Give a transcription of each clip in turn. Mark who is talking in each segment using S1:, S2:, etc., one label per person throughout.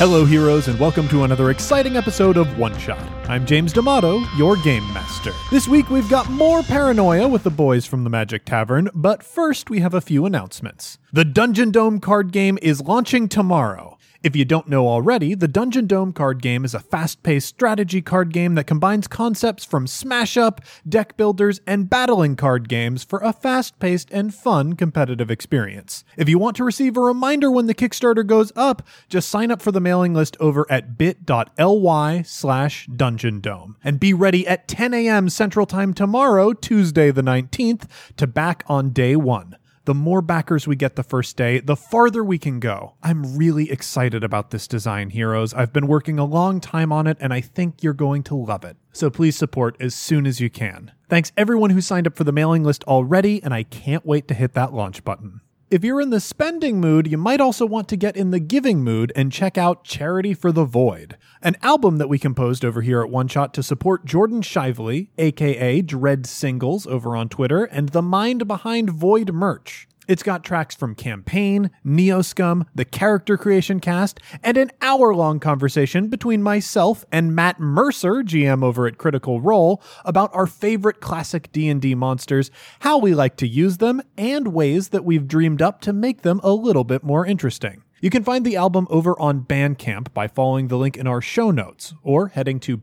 S1: Hello, heroes, and welcome to another exciting episode of One Shot. I'm James D'Amato, your game master. This week we've got more paranoia with the boys from the Magic Tavern, but first we have a few announcements. The Dungeon Dome card game is launching tomorrow. If you don't know already, the Dungeon Dome card game is a fast paced strategy card game that combines concepts from smash up, deck builders, and battling card games for a fast paced and fun competitive experience. If you want to receive a reminder when the Kickstarter goes up, just sign up for the mailing list over at bit.ly slash dungeon dome. And be ready at 10 a.m. Central Time tomorrow, Tuesday the 19th, to back on day one the more backers we get the first day, the farther we can go. I'm really excited about this design, heroes. I've been working a long time on it, and I think you're going to love it. So please support as soon as you can. Thanks everyone who signed up for the mailing list already, and I can't wait to hit that launch button. If you're in the spending mood, you might also want to get in the giving mood and check out Charity for the Void, an album that we composed over here at One Shot to support Jordan Shively, aka Dread Singles over on Twitter, and the mind behind Void merch. It's got tracks from Campaign, Neoscum, the Character Creation Cast, and an hour long conversation between myself and Matt Mercer, GM over at Critical Role, about our favorite classic D&D monsters, how we like to use them, and ways that we've dreamed up to make them a little bit more interesting. You can find the album over on Bandcamp by following the link in our show notes or heading to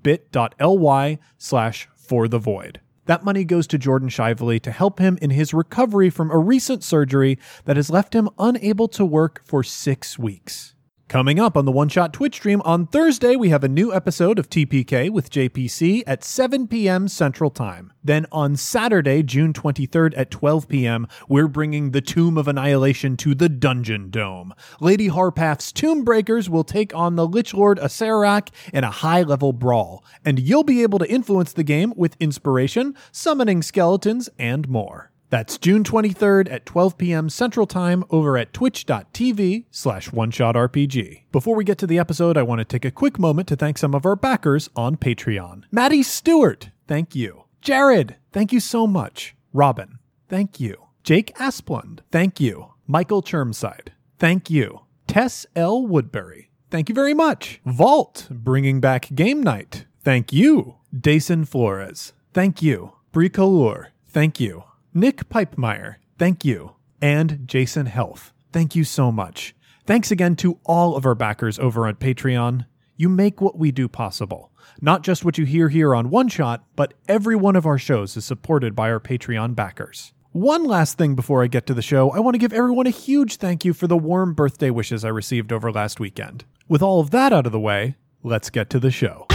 S1: bit.ly slash for the void. That money goes to Jordan Shively to help him in his recovery from a recent surgery that has left him unable to work for six weeks. Coming up on the One Shot Twitch stream on Thursday, we have a new episode of TPK with JPC at 7 p.m. Central Time. Then on Saturday, June 23rd at 12 p.m., we're bringing the Tomb of Annihilation to the Dungeon Dome. Lady Harpath's Tomb Breakers will take on the Lich Lord Asarak in a high level brawl, and you'll be able to influence the game with inspiration, summoning skeletons, and more. That's June 23rd at 12 p.m. Central Time over at twitch.tv slash oneshotrpg. Before we get to the episode, I want to take a quick moment to thank some of our backers on Patreon. Maddie Stewart, thank you. Jared, thank you so much. Robin, thank you. Jake Asplund, thank you. Michael Chermside, thank you. Tess L. Woodbury, thank you very much. Vault, bringing back game night, thank you. Dason Flores, thank you. Brie Color, thank you. Nick Pipemeyer, thank you. And Jason Health, thank you so much. Thanks again to all of our backers over on Patreon. You make what we do possible. Not just what you hear here on One Shot, but every one of our shows is supported by our Patreon backers. One last thing before I get to the show, I want to give everyone a huge thank you for the warm birthday wishes I received over last weekend. With all of that out of the way, let's get to the show.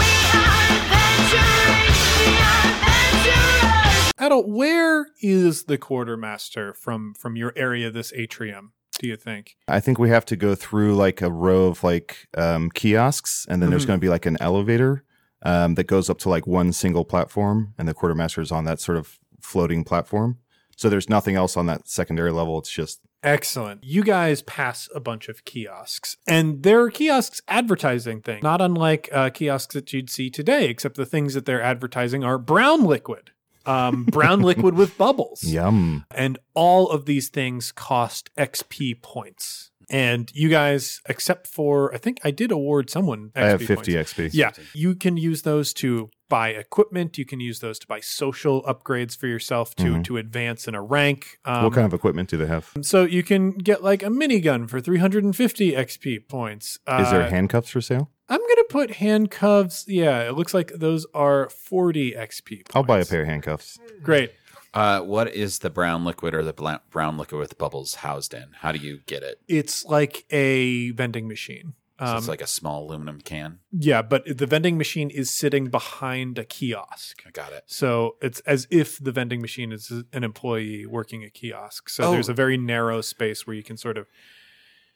S1: Adult, where is the quartermaster from from your area this atrium, do you think?
S2: I think we have to go through like a row of like um, kiosks, and then there's
S1: Mhm.
S2: going to be like an elevator um, that goes up to like one single platform, and the quartermaster is on that sort of floating platform. So there's nothing else on that secondary level. It's just
S1: Excellent. You guys pass a bunch of kiosks, and they're kiosks advertising things, not unlike uh, kiosks that you'd see today, except the things that they're advertising are brown liquid, um, brown liquid with bubbles.
S2: yum.
S1: And all of these things cost XP points. And you guys, except for, I think I did award someone XP
S2: I have
S1: points.
S2: 50 XP.
S1: Yeah, you can use those to buy equipment. You can use those to buy social upgrades for yourself to
S2: Mhm.
S1: to advance in a rank. Um,
S2: what kind of equipment do they have?
S1: so you can get like a minigun for 350 XP points. Uh,
S2: Is there handcuffs for sale?
S1: I'm gonna put handcuffs. Yeah, it looks like those are 40 XP. Points.
S2: I'll buy a pair of handcuffs.
S1: Great.
S3: Uh, what is the brown liquid or the bla- brown liquid with bubbles housed in? How do you get it?
S1: It's like a vending machine.
S3: So
S1: Um,
S3: it's like a small aluminum can.
S1: yeah, but the vending machine is sitting behind a kiosk.
S3: I got it.
S1: So it's as if the vending machine is an employee working a kiosk. So
S3: Oh.
S1: there's a very narrow space where you can sort of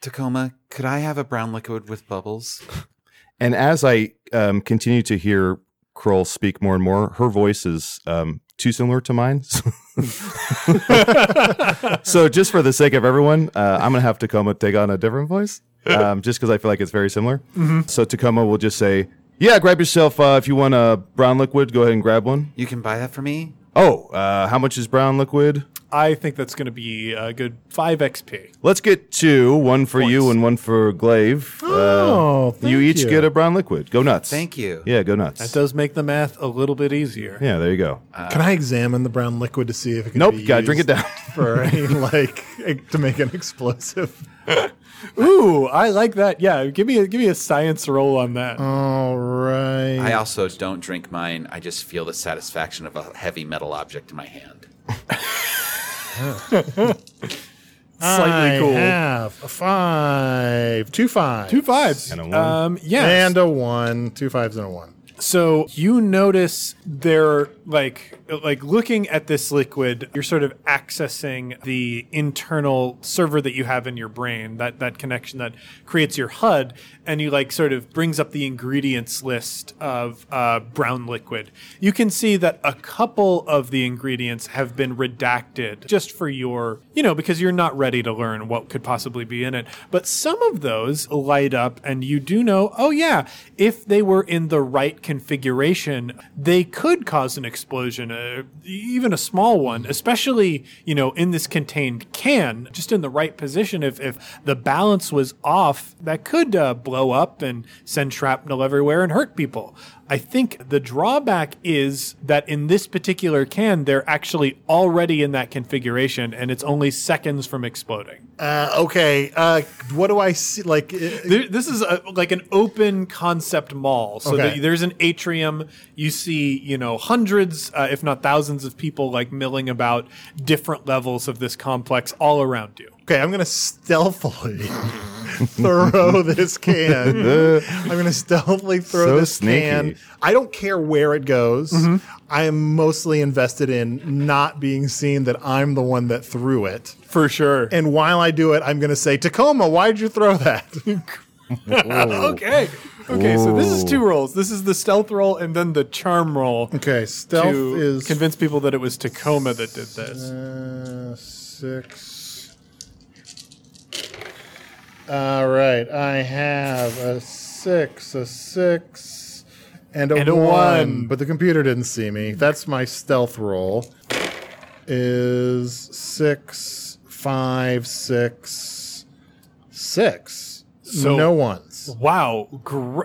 S3: Tacoma, could I have a brown liquid with bubbles?
S2: And as I um, continue to hear Kroll speak more and more, her voice is um, too similar to mine. so, just for the sake of everyone, uh, I'm going to have Tacoma take on a different voice um, just because I feel like it's very similar.
S1: Mm-hmm.
S2: So, Tacoma will just say, Yeah, grab yourself, uh, if you want a brown liquid, go ahead and grab one.
S3: You can buy that for me?
S2: Oh, uh, how much is brown liquid?
S1: I think that's going to be a good five XP.
S2: Let's get two one for you and one for Glaive. Uh,
S1: Oh, thank
S2: you each
S1: you.
S2: get a brown liquid. Go nuts.
S3: Thank you.
S2: Yeah, go nuts.
S1: That does make the math a little bit easier.
S2: yeah, there you go.
S4: Can I examine the brown liquid to see if it can
S2: nope,
S4: be
S2: gotta drink it
S4: used
S2: down.
S4: for any, like e, to make an explosive?
S1: Ooh, I like that. Yeah, give me a give me a science roll on that.
S4: All right.
S3: I also don't drink mine. I just feel the satisfaction of a heavy metal object in my hand.
S1: Slightly
S4: I
S1: cool.
S4: have a five, two fives,
S1: Two fives.
S2: And a one.
S1: Um, yeah.
S4: and a one, two fives and a one.
S1: So you notice they're like like looking at this liquid, you're sort of accessing the internal server that you have in your brain, that that connection that creates your HUD, and you like sort of brings up the ingredients list of uh, brown liquid. You can see that a couple of the ingredients have been redacted just for your you know because you're not ready to learn what could possibly be in it. But some of those light up, and you do know, oh yeah, if they were in the right configuration, they could cause an explosion, uh, even a small one, especially, you know, in this contained can, just in the right position. If, if the balance was off, that could uh, blow up and send shrapnel everywhere and hurt people. I think the drawback is that in this particular can, they're actually already in that configuration and it's only seconds from exploding.
S4: Uh, okay. Uh, what do I see? Like, uh,
S1: There, this is a, like an open concept mall. So
S4: Okay.
S1: there- there's an atrium. You see, you know, hundreds, uh, if not thousands, of people like milling about different levels of this complex all around you.
S4: okay, I'm gonna stealthily throw this can. I'm gonna stealthily throw
S2: So
S4: this can.
S2: sneaky.
S4: I don't care where it goes.
S1: Mm-hmm.
S4: I am mostly invested in not being seen that I'm the one that threw it.
S1: For sure.
S4: And while I do it, I'm going to say, Tacoma, why'd you throw that?
S1: okay. Okay. So this is two rolls. This is the stealth roll and then the charm roll.
S4: okay, stealth
S1: To
S4: is
S1: convince people that it was Tacoma that did this.
S4: uh, six. All right, I have a six, a six, and a,
S1: And a
S4: one,
S1: one.
S4: But the computer didn't see me. That's my stealth roll. Is six, five, six, six.
S1: So-
S4: no ones.
S1: Wow, gr-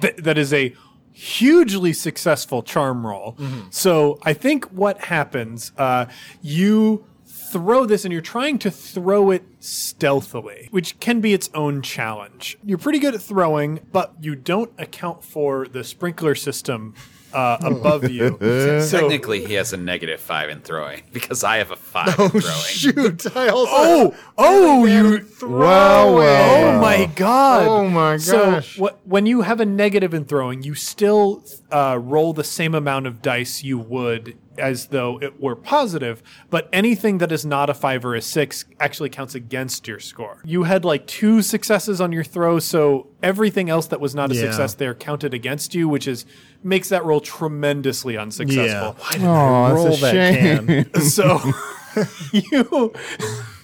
S1: th- that is a hugely successful charm roll. So I think what happens, uh, you throw this and you're trying to throw it stealthily, which can be its own challenge. You're pretty good at throwing, but you don't account for the sprinkler system uh, above you. So-
S3: Technically, he has a negative five in throwing because I have a five in throwing.
S4: Shoot! I also
S1: Oh, oh, you
S4: Wow!
S1: Oh my god!
S4: Oh my gosh.
S1: So wh- when you have a negative in throwing, you still uh, roll the same amount of dice you would as though it were positive, but anything that is not a five or a six actually counts against your score. You had like two successes on your throw, so everything else that was not a
S4: Yeah.
S1: success there counted against you, which is makes that roll tremendously unsuccessful.
S2: Aw, that's a shame.
S4: can.
S1: So you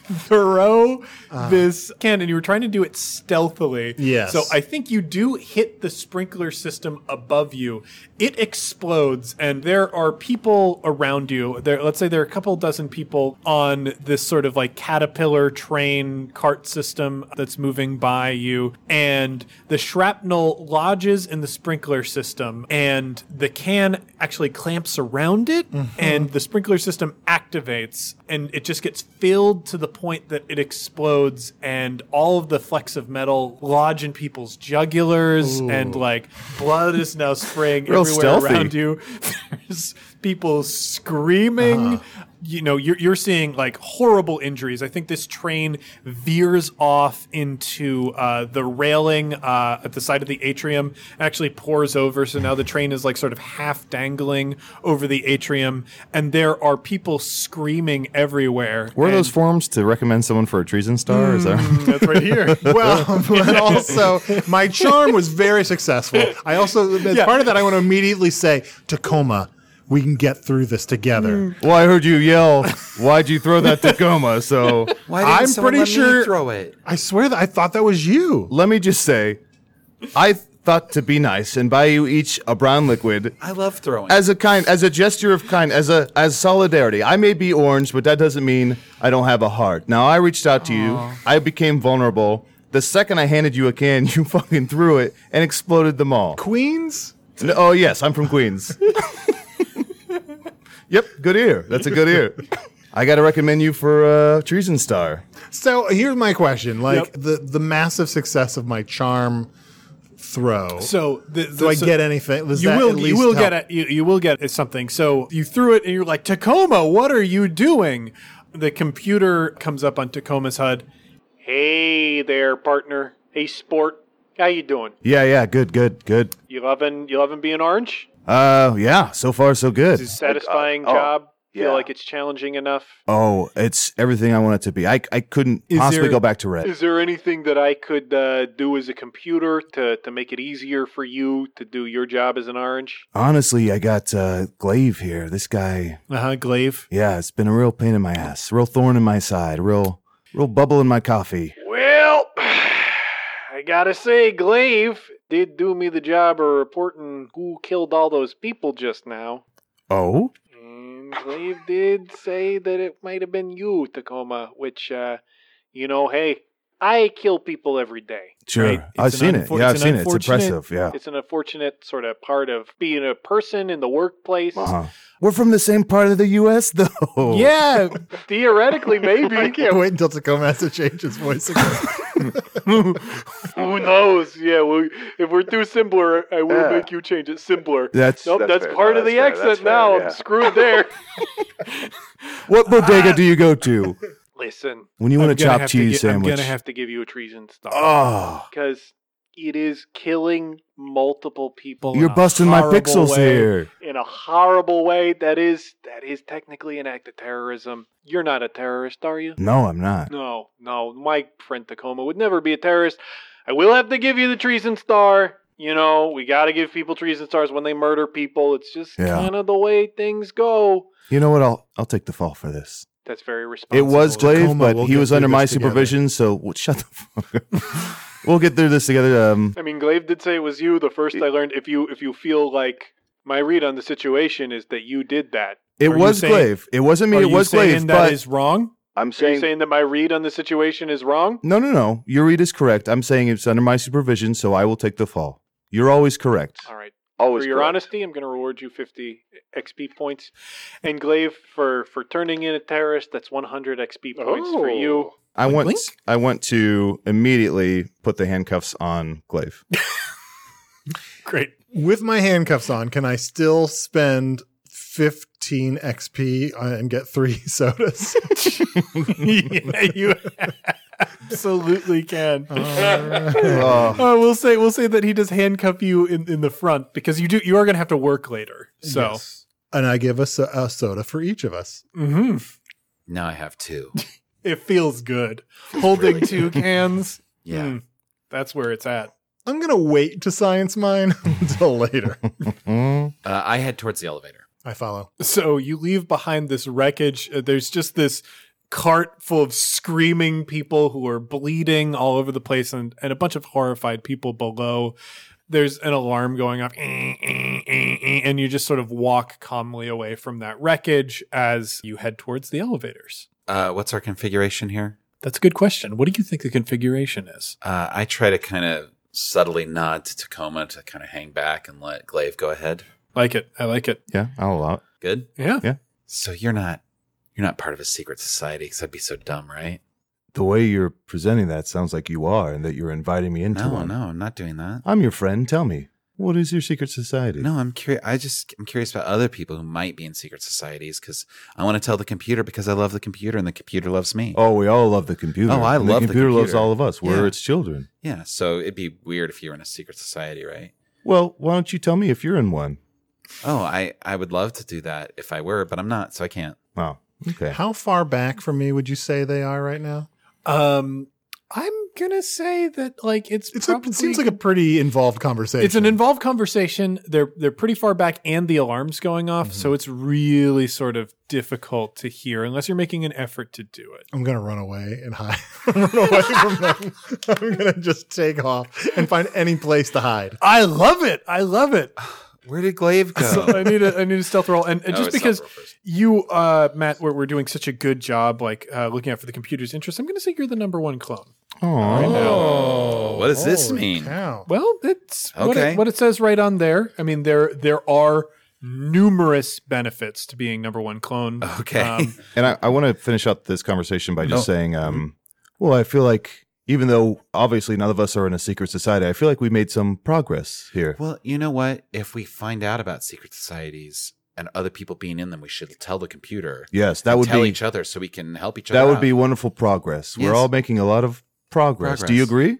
S1: throw this can, and you were trying to do it stealthily.
S4: Yes.
S1: So I think you do hit the sprinkler system above you. It explodes, and there are people around you. There, let's say there are a couple dozen people on this sort of like caterpillar train cart system that's moving by you, and the shrapnel lodges in the sprinkler system, and the can actually clamps around it,
S2: Mm-hmm.
S1: and the sprinkler system activates, and it just gets filled to the point that it explodes, and all of the flecks of metal lodge in people's jugulars, and like blood is now spraying
S2: Real
S1: everywhere
S2: stealthy.
S1: around you. There's people screaming.
S4: Uh-huh.
S1: You know, you're, you're seeing like horrible injuries. I think this train veers off into uh, the railing uh, at the side of the atrium, actually pours over. So now the train is like sort of half dangling over the atrium, and there are people screaming everywhere.
S2: Were
S1: And-
S2: those forms to recommend someone for a treason star? Is that
S1: That's right here.
S4: Well, but also my charm was very successful. I also as part of that I want to immediately say Tacoma. We can get through this together.
S1: Mm.
S2: well, I heard you yell. Why'd you throw that Tacoma? So
S3: Why didn't
S4: I'm
S3: someone
S4: pretty
S3: let me
S4: sure-
S3: throw it?
S4: I swear that I thought that was you.
S2: let me just say, I thought to be nice and buy you each a brown liquid
S3: I love throwing.
S2: as a kind as a gesture of kind as a as solidarity i may be orange but that doesn't mean i don't have a heart now i reached out to you i became vulnerable the second i handed you a can you fucking threw it and exploded them all
S4: Queens?
S2: N- oh yes i'm from queens yep good ear that's a good ear i gotta recommend you for uh, treason star
S4: So here's my question: like
S1: Yep.
S4: the the massive success of my charm throw.
S1: So, the,
S4: do I get anything? Does
S1: You
S4: that
S1: will.
S4: at
S1: You
S4: least
S1: will
S4: help?
S1: get it. You, you will get something. So you threw it, and you're like, Tacoma, what are you doing? The computer comes up on Tacoma's HUD. Hey there, partner. Hey, sport. How you doing?
S2: yeah yeah good good good
S1: You loving? You loving being orange?
S2: uh yeah so far so good
S1: Satisfying
S2: Like, uh, oh,
S1: job.
S2: yeah.
S1: Feel like it's challenging enough.
S2: oh it's everything i want it to be i, I couldn't
S1: Is
S2: possibly
S1: there-
S2: go back to red
S1: Is there anything that I could uh, do as a computer to, to make it easier for you to do your job as an orange?
S2: Honestly, I got uh, Glaive here. This guy,
S1: Uh huh. Glaive.
S2: yeah, it's been a real pain in my ass, real thorn in my side, real, real bubble in my coffee.
S1: Well, I gotta say, Glaive did do me the job of reporting who killed all those people just now.
S2: Oh,
S1: And Glaive did say that it might have been you, Tacoma, which, uh, you know, hey, I kill people every day.
S2: sure,
S1: Right.
S2: I've
S1: It's an
S2: seen
S1: unfor-
S2: it. Yeah, I've
S1: it's an
S2: seen it. It's
S1: unfortunate-
S2: impressive. Yeah,
S1: It's an unfortunate sort of part of being a person in the workplace.
S2: uh-huh. we're from the same part of the U.S. though.
S1: Yeah, theoretically,
S4: I
S1: maybe.
S4: can't wait until Tacoma has to change his voice again.
S1: Who knows? Yeah, well, if we're too simpler, I will
S5: Yeah.
S1: make you change it simpler.
S2: that's
S1: Nope,
S5: That's
S1: that's,
S5: fair.
S1: part
S5: No,
S1: of the
S5: that's fair. That's
S1: accent
S5: fair,
S1: now.
S5: yeah.
S1: I'm screwed there.
S2: what bodega do you go to
S1: Listen,
S2: when you want a chopped cheese sandwich?
S1: I'm gonna have to give you a treason star
S2: oh,
S1: because it is killing multiple people. in
S2: you're
S1: a
S2: busting my
S1: horrible
S2: pixels
S1: way,
S2: here.
S1: in a horrible way. That is that is technically an act of terrorism. You're not a terrorist, are you?
S2: No, I'm not.
S1: No, no. My friend Tacoma would never be a terrorist. I will have to give you the treason star. You know, we got to give people treason stars when they murder people. It's just
S2: Yeah.
S1: kind of the way things go.
S2: You know what? I'll I'll take the fall for this.
S1: That's very responsible.
S2: It was Glaive,
S4: Tacoma,
S2: but
S4: we'll
S2: he
S4: get
S2: was
S4: through
S2: under
S4: this
S2: my
S4: together.
S2: supervision, so we'll, shut the fuck up. we'll get through this together. Um,
S1: I mean, Glaive did say it was you. The first I learned, if you if you feel like my read on the situation is that you did that.
S2: it
S6: Are you
S2: was
S6: saying-
S2: Glaive. It wasn't me. It was Glaive. But
S6: wrong?
S5: I'm
S1: Are you
S5: saying,
S1: saying that my read on the situation is wrong?
S2: no, no, no. Your read is correct. I'm saying it's under my supervision, so I will take the fall. You're always correct.
S1: All right.
S5: always
S1: for your
S5: correct.
S1: honesty, I'm going to reward you 50 XP points. And Glaive, for, for turning in a terrorist, that's 100 XP points for you.
S2: I want.
S6: blink?
S2: I want to immediately put the handcuffs on Glaive.
S6: Great.
S4: With my handcuffs on, can I still spend 15 XP uh, and get three sodas?
S6: yeah, you absolutely can.
S2: Oh,
S6: Oh, we'll say we'll say that he does handcuff you in, in the front because you do you are going to have to work later. So
S4: and I give a, so- a soda for each of us.
S6: Mhm.
S3: now I have two.
S6: it feels good holding
S3: really
S6: two cans.
S3: Yeah.
S1: Hmm.
S6: Mm. that's where it's at.
S4: I'm going to wait to science mine until later.
S2: mm.
S3: Uh, I head towards the elevator.
S4: I follow.
S6: So you leave behind this wreckage. Uh, There's just this cart full of screaming people who are bleeding all over the place and, and a bunch of horrified people below. There's an alarm going off, and you just sort of walk calmly away from that wreckage as you head towards the elevators.
S3: Uh, what's our configuration here?
S6: That's a good question. What do you think the configuration is?
S3: Uh, I try to kind of subtly nod to Tacoma to kind of hang back and let Glaive go ahead.
S6: Like it. I like it.
S2: Yeah, I'll allow it.
S3: Good.
S6: Yeah.
S3: So you're not you're not part of a secret society because I'd be so dumb, right?
S2: The way you're presenting that sounds like you are, and that you're inviting me into
S3: No,
S2: one.
S3: no, I'm not doing that.
S2: I'm your friend. Tell me, what is your secret society?
S3: No, I'm curious. I just I'm curious about other people who might be in secret societies because I want to tell the computer because I love the computer and the computer loves me.
S2: Oh, we all love the computer.
S3: Oh, I
S2: And
S3: love the
S2: the computer. loves
S3: computer.
S2: all of us. We're
S3: Yeah.
S2: its children.
S3: Yeah, so it'd be weird if you were in a secret society, right?
S2: Well, why don't you tell me if you're in one?
S3: Oh, I I would love to do that if I were, but I'm not, so I can't.
S2: Oh, okay.
S4: How far back from me would you say they are right now?
S6: Um,
S1: I'm gonna say that like it's,
S4: It's a,
S1: probably
S4: it seems like a pretty involved conversation.
S1: it's an involved conversation. They're they're pretty far back, and the alarm's going off, so it's really sort of difficult to hear unless you're making an effort to do it.
S4: I'm gonna run away and hide. run away from them. I'm gonna just take off and find any place to hide.
S1: I love it. I love it.
S3: Where did Glaive go?
S1: So I need a I need a stealth roll, and, and
S3: Oh,
S1: just
S3: it's
S1: because
S3: stealth roll first.
S1: you, uh, Matt, we're, we're doing such a good job, like uh, looking out for the computer's interest, I'm going to say you're the number one clone. Oh.
S3: what does this
S4: Holy
S3: mean?
S4: cow.
S1: Well, it's what,
S3: Okay.
S1: it, what it says right on there. I mean, there there are numerous benefits to being number one clone.
S3: Okay.
S2: And I, I want to finish up this conversation by just saying, um,
S3: Mm-hmm.
S2: well, I feel like even though obviously none of us are in a secret society, I feel like we made some progress here.
S3: well, you know what? If we find out about secret societies and other people being in them, we should tell the computer.
S2: Yes, that
S3: and
S2: would
S3: tell
S2: be
S3: each other so we can help each other.
S2: that would
S3: out.
S2: be wonderful progress. We're
S3: Yes.
S2: all making a lot of progress. Do
S3: Progress.
S2: you agree?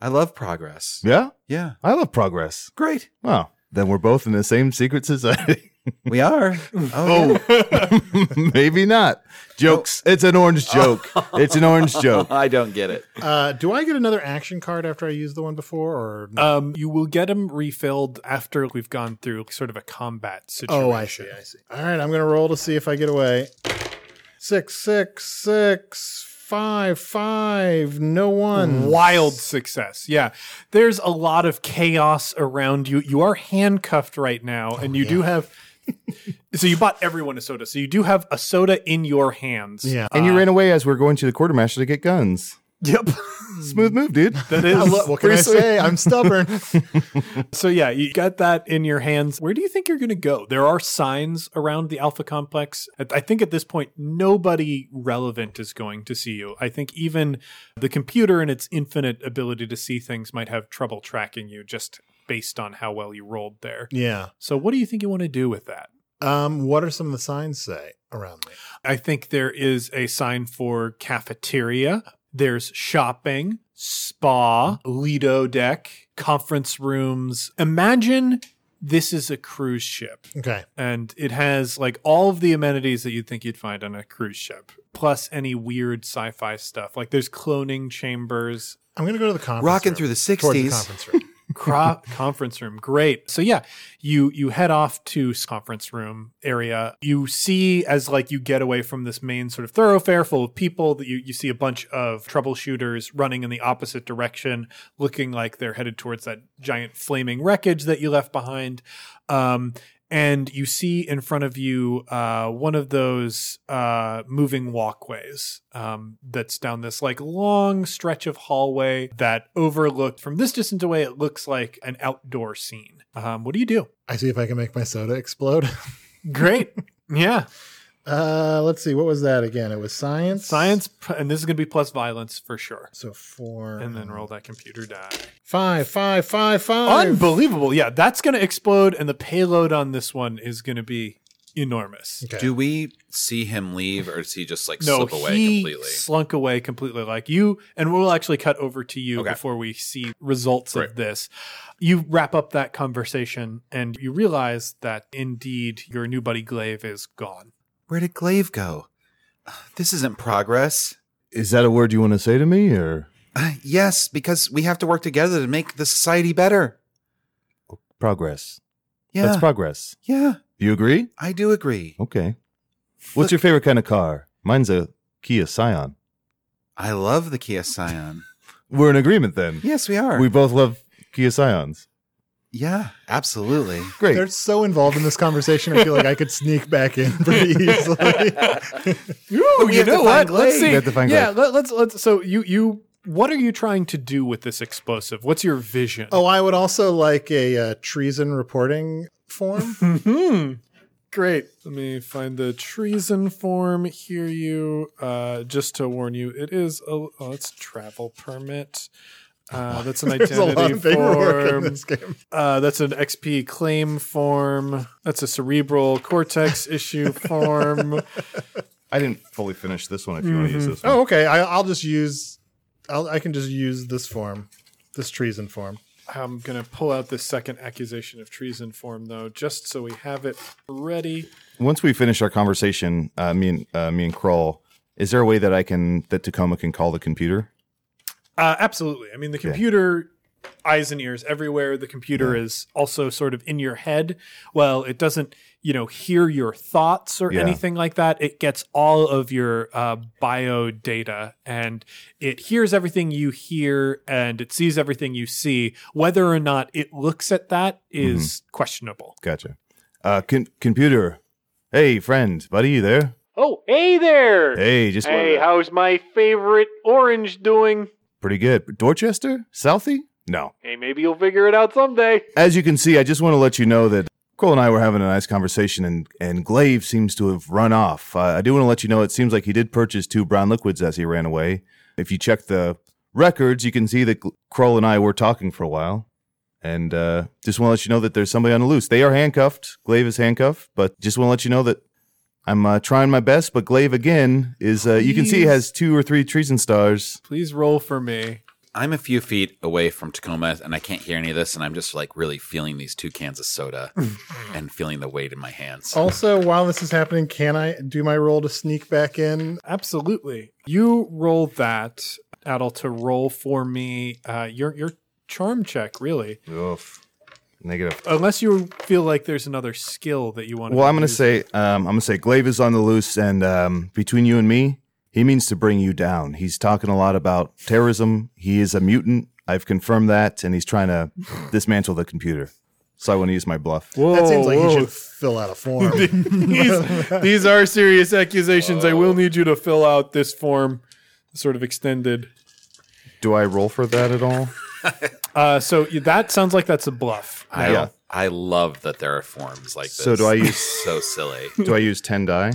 S3: I love progress.
S2: Yeah,
S3: Yeah.
S2: I love progress.
S3: Great.
S2: Wow, then we're both in the same secret society.
S3: We are. Oh, yeah.
S2: Maybe not. Jokes. It's an orange joke. it's an orange joke.
S3: I don't get it.
S4: Uh, do I get another action card after I use the one before, or no?
S1: um, you will get them refilled after we've gone through sort of a combat situation.
S4: oh, I see, I see. All right, I'm gonna roll to see if I get away. Six, six, six, five, five. No one.
S1: wild success. Yeah. There's a lot of chaos around you. You are handcuffed right now,
S4: Oh,
S1: and you do have. so you bought everyone a soda. So you do have a soda in your hands.
S4: Yeah.
S2: And you ran away as we are going to the quartermaster to get guns.
S1: Yep.
S2: Smooth move, dude.
S1: That is.
S4: I lo- what can I
S1: pretty sweet.
S4: say? I'm stubborn.
S1: So yeah, you got that in your hands. Where do you think you're going to go? There are signs around the Alpha Complex. At- I think at this point, nobody relevant is going to see you. I think even the computer and its infinite ability to see things might have trouble tracking you just based on how well you rolled there.
S4: yeah.
S1: So, what do you think you want to do with that?
S4: Um, what are some of the signs say around me?
S1: I think there is a sign for cafeteria, there's shopping, spa, Lido deck, conference rooms. Imagine this is a cruise ship
S4: Okay.
S1: and it has like all of the amenities that you'd think you'd find on a cruise ship, plus any weird sci fi stuff. Like there's cloning chambers,
S4: I'm gonna go to the conference.
S3: Rocking
S4: room,
S3: through the
S4: towards the
S3: 60s.
S4: conference room.
S1: Cro- conference room. Great. So yeah, you you head off to s- conference room area. You see as like you get away from this main sort of thoroughfare full of people that you you see a bunch of troubleshooters running in the opposite direction, looking like they're headed towards that giant flaming wreckage that you left behind. Um and you see in front of you uh, one of those uh, moving walkways um, that's down this like long stretch of hallway that overlooked from this distance away. It looks like an outdoor scene. Um, what do you do?
S4: I see if I can make my soda explode.
S1: Great, yeah,
S4: Uh, let's see. What was that again? It was science.
S1: science, pr- and this is going to be plus violence for sure.
S4: So four.
S1: And then roll that computer die.
S4: Five, five, five, five.
S1: Unbelievable! Yeah, that's going to explode, and the payload on this one is going to be enormous.
S4: Okay.
S3: Do we see him leave or does he just like
S1: no,
S3: slip away
S1: he
S3: completely?
S1: slunk away completely. Like you, and we'll actually cut over to you
S3: Okay.
S1: before we see results of this. You wrap up that conversation, and you realize that indeed your new buddy Glaive is gone.
S3: Where did Glaive go? This isn't progress.
S2: Is that a word you want to say to me, or
S3: Uh, yes, because we have to work together to make the society better.
S2: progress?
S3: Yeah.
S2: That's progress.
S3: yeah,
S2: You agree?
S3: I do agree.
S2: Okay. What's your favorite kind of car? Mine's a Kia Scion.
S3: I love the Kia Scion.
S2: We're in agreement then.
S3: yes, we are.
S2: We both love Kia Scions.
S3: yeah, absolutely.
S2: Great.
S4: They're so involved in this conversation. I feel like I could sneak back in pretty easily.
S1: Oh,
S3: we have to
S1: Let's
S3: find Glaive.
S1: see.
S2: We have to find
S1: yeah,
S2: Glaive.
S1: let, let's let's. So you you. What are you trying to do with this explosive? What's your vision?
S4: oh, I would also like a uh, treason reporting form. Mm-hmm.
S1: great. Let me find the treason form. Hear you. Uh, just to warn you, it is a oh, it's travel permit. Uh, that's an
S4: There's a lot
S1: identity
S4: of paperwork in
S1: form.
S4: this game.
S1: Uh, that's an XP claim form. That's a cerebral cortex issue form.
S2: I didn't fully finish this one. If you want to use this
S4: Oh, okay. I, I'll just use. I'll, I can just use this form, this treason form.
S1: I'm gonna pull out the second accusation of treason form though, just so we have it ready.
S2: Once we finish our conversation, uh, me and uh, me and Kroll, is there a way that I can that Tacoma can call the computer?
S1: Uh, absolutely. I mean, the computer eyes and ears everywhere. The computer is also sort of in your head. Well, it doesn't, you know, hear your thoughts or
S2: Yeah.
S1: anything like that. It gets all of your uh, bio data and it hears everything you hear and it sees everything you see. Whether or not it looks at that is questionable.
S2: Gotcha. Uh, con- computer. Hey, friend, buddy, you there?
S1: Oh, hey there.
S2: Hey, just
S1: Hey, how's my favorite orange doing?
S2: pretty good. Dorchester, Southie? No.
S1: Hey, maybe you'll figure it out someday.
S2: As you can see, I just want to let you know that Cole and I were having a nice conversation, and and Glaive seems to have run off. Uh, I do want to let you know it seems like he did purchase two brown liquids as he ran away. If you check the records, you can see that Kroll and I were talking for a while. And uh, just want to let you know that there's somebody on the loose. They are handcuffed. Glaive is handcuffed, but just want to let you know that I'm uh, trying my best. But Glaive again is uh, you can see he has two or three treason stars.
S1: Please roll for me.
S3: I'm a few feet away from Tacoma and I can't hear any of this. And I'm just like really feeling these two cans of soda and feeling the weight in my hands.
S4: Also, while this is happening, can I do my roll to sneak back in?
S1: Absolutely. You roll that, Adel, to roll for me uh, your your charm check, really.
S2: Oof. Negative
S1: Unless you feel like there's another skill that you want.
S2: Well, I'm gonna say um, I'm gonna say Glaive is on the loose, and um, between you and me, he means to bring you down. He's talking a lot about terrorism. He is a mutant. I've confirmed that, and he's trying to dismantle the computer. So I want to use my bluff.
S4: that seems like you should fill out a form.
S1: these, these are serious accusations. I
S4: Oh.
S1: will need you to fill out this form, sort of extended.
S2: Do I roll for that at all?
S1: Uh, so you- that sounds like that's a bluff.
S3: I,
S2: Yeah.
S3: I love that there are forms like this.
S2: So do I use-
S3: so silly.
S2: Do I use ten die?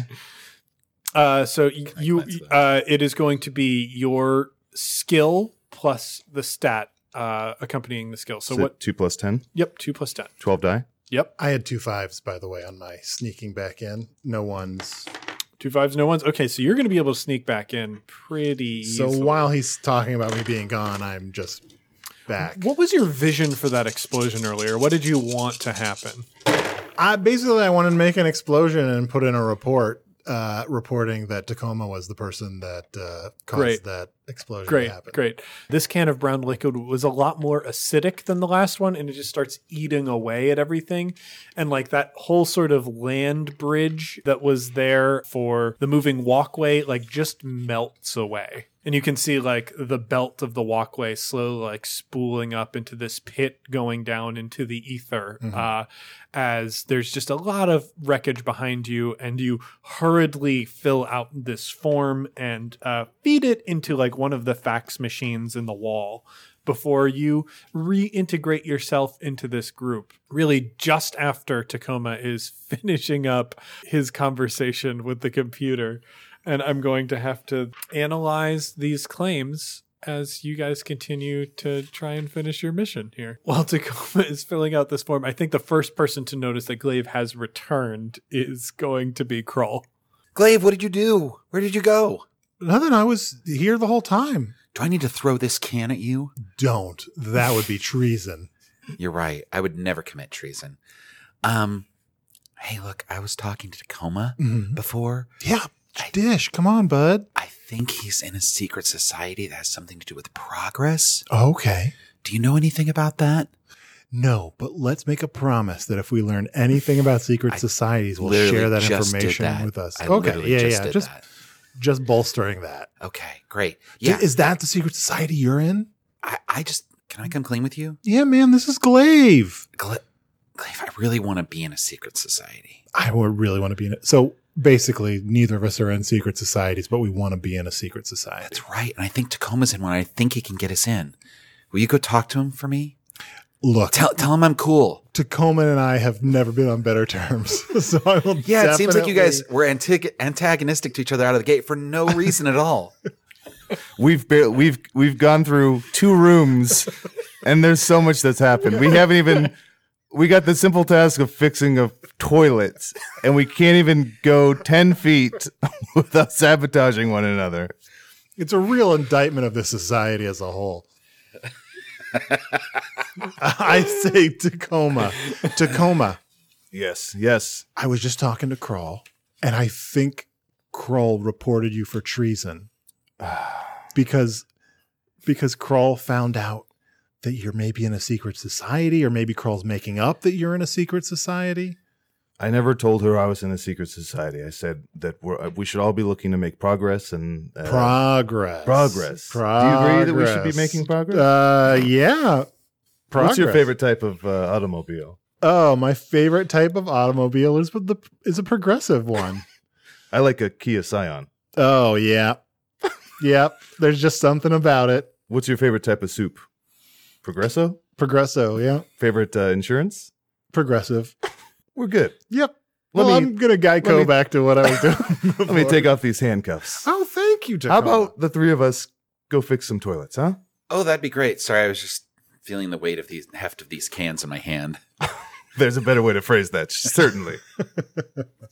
S1: Uh, so y- you, uh, it is going to be your skill plus the stat uh, accompanying the skill. So
S2: Is it
S1: what?
S2: Two plus 10?
S1: Yep, two plus ten.
S2: 12 die.
S1: Yep.
S4: I had two fives, by the way, on my sneaking back in. No ones.
S1: Two fives, no ones. Okay, so you're going to be able to sneak back in pretty.
S4: So
S1: easily.
S4: while he's talking about me being gone, I'm just back.
S1: what was your vision for that explosion earlier? What did you want to happen?
S4: I basically I wanted to make an explosion and put in a report uh, reporting that Tacoma was the person that uh, caused
S1: Great.
S4: that explosion
S1: Great,
S4: to happen.
S1: great. This can of brown liquid was a lot more acidic than the last one, and it just starts eating away at everything. And like that whole sort of land bridge that was there for the moving walkway, like just melts away. And you can see like the belt of the walkway slowly like spooling up into this pit going down into the ether uh, as there's just a lot of wreckage behind you and you hurriedly fill out this form and uh, feed it into like one of the fax machines in the wall before you reintegrate yourself into this group really just after tacoma is finishing up his conversation with the computer and i'm going to have to analyze these claims as you guys continue to try and finish your mission here. While Tacoma is filling out this form, I think the first person to notice that Glaive has returned is going to be Krull.
S3: Glaive, what did you do? Where did you go?
S4: Nothing. I was here the whole time.
S3: Do I need to throw this can at you?
S4: Don't. That would be treason.
S3: You're right. I would never commit treason. Um, hey, look, I was talking to Tacoma
S4: Mm-hmm.
S1: Mm-hmm.
S3: before.
S4: Yeah. Dish. Come on, bud.
S3: I think he's in a secret society that has something to do with progress.
S4: Okay.
S3: Do you know anything about that?
S4: No, but let's make a promise that if we learn anything about secret societies, we'll
S3: Literally
S4: share that
S3: just did
S4: information
S3: that.
S4: with us.
S3: I
S4: okay.
S3: literally
S4: Yeah,
S3: just
S4: yeah.
S3: did
S4: Just
S3: that.
S4: just bolstering that.
S3: Okay, great.
S4: Is
S3: Yeah,
S4: that the secret society you're in?
S3: I, I just can I come clean with you,
S4: Yeah, man, this is Glaive.
S3: Gla- Glaive? I really want to be in a secret society.
S4: I would really want to be in it. So basically, neither of us are in secret societies, but we want to be in a secret society.
S3: That's right, and I think Tacoma's in one. I think he can get us in. Will you go talk to him for me?
S4: Look,
S3: Tell tell him I'm cool.
S4: Tacoma and I have never been on better terms. so I will.
S3: Yeah, it seems like you guys
S4: definitely-
S3: were antig- antagonistic to each other out of the gate for no reason at all.
S2: We've barely, we've we've gone through two rooms, and there's so much that's happened. We haven't even we got the simple task of fixing a toilet, and we can't even go ten feet without sabotaging one another.
S4: It's a real indictment of the society as a whole. I say Tacoma, Tacoma.
S2: Yes, yes.
S4: I was just talking to Kroll, and I think Kroll reported you for treason because because Crawl found out that you're maybe in a secret society, or maybe Crawl's making up that you're in a secret society.
S2: I never told her I was in a secret society. I said that we're, uh, we should all be looking to make progress and uh,
S4: Progress.
S2: progress. Do you agree that we should be making progress?
S4: Uh, yeah. Progress.
S2: What's your favorite type of uh, automobile?
S4: Oh, my favorite type of automobile is with the is a progressive one.
S2: I like a Kia Scion.
S4: oh yeah, yep. There's just something about it.
S2: What's your favorite type of soup? Progresso?
S4: Progresso, yeah,
S2: Favorite uh, insurance?
S4: progressive.
S2: We're good.
S4: Yep.
S2: Let
S4: well,
S2: me-
S4: I'm gonna Geico
S2: me-
S4: back to what I was doing.
S2: Let me take off these handcuffs.
S4: oh, thank you.
S2: How
S4: Tacoma.
S2: about the three of us go fix some toilets, huh?
S3: Oh, that'd be great. Sorry, I was just feeling the weight of these heft of these cans in my hand.
S2: There's a better way to phrase that, certainly.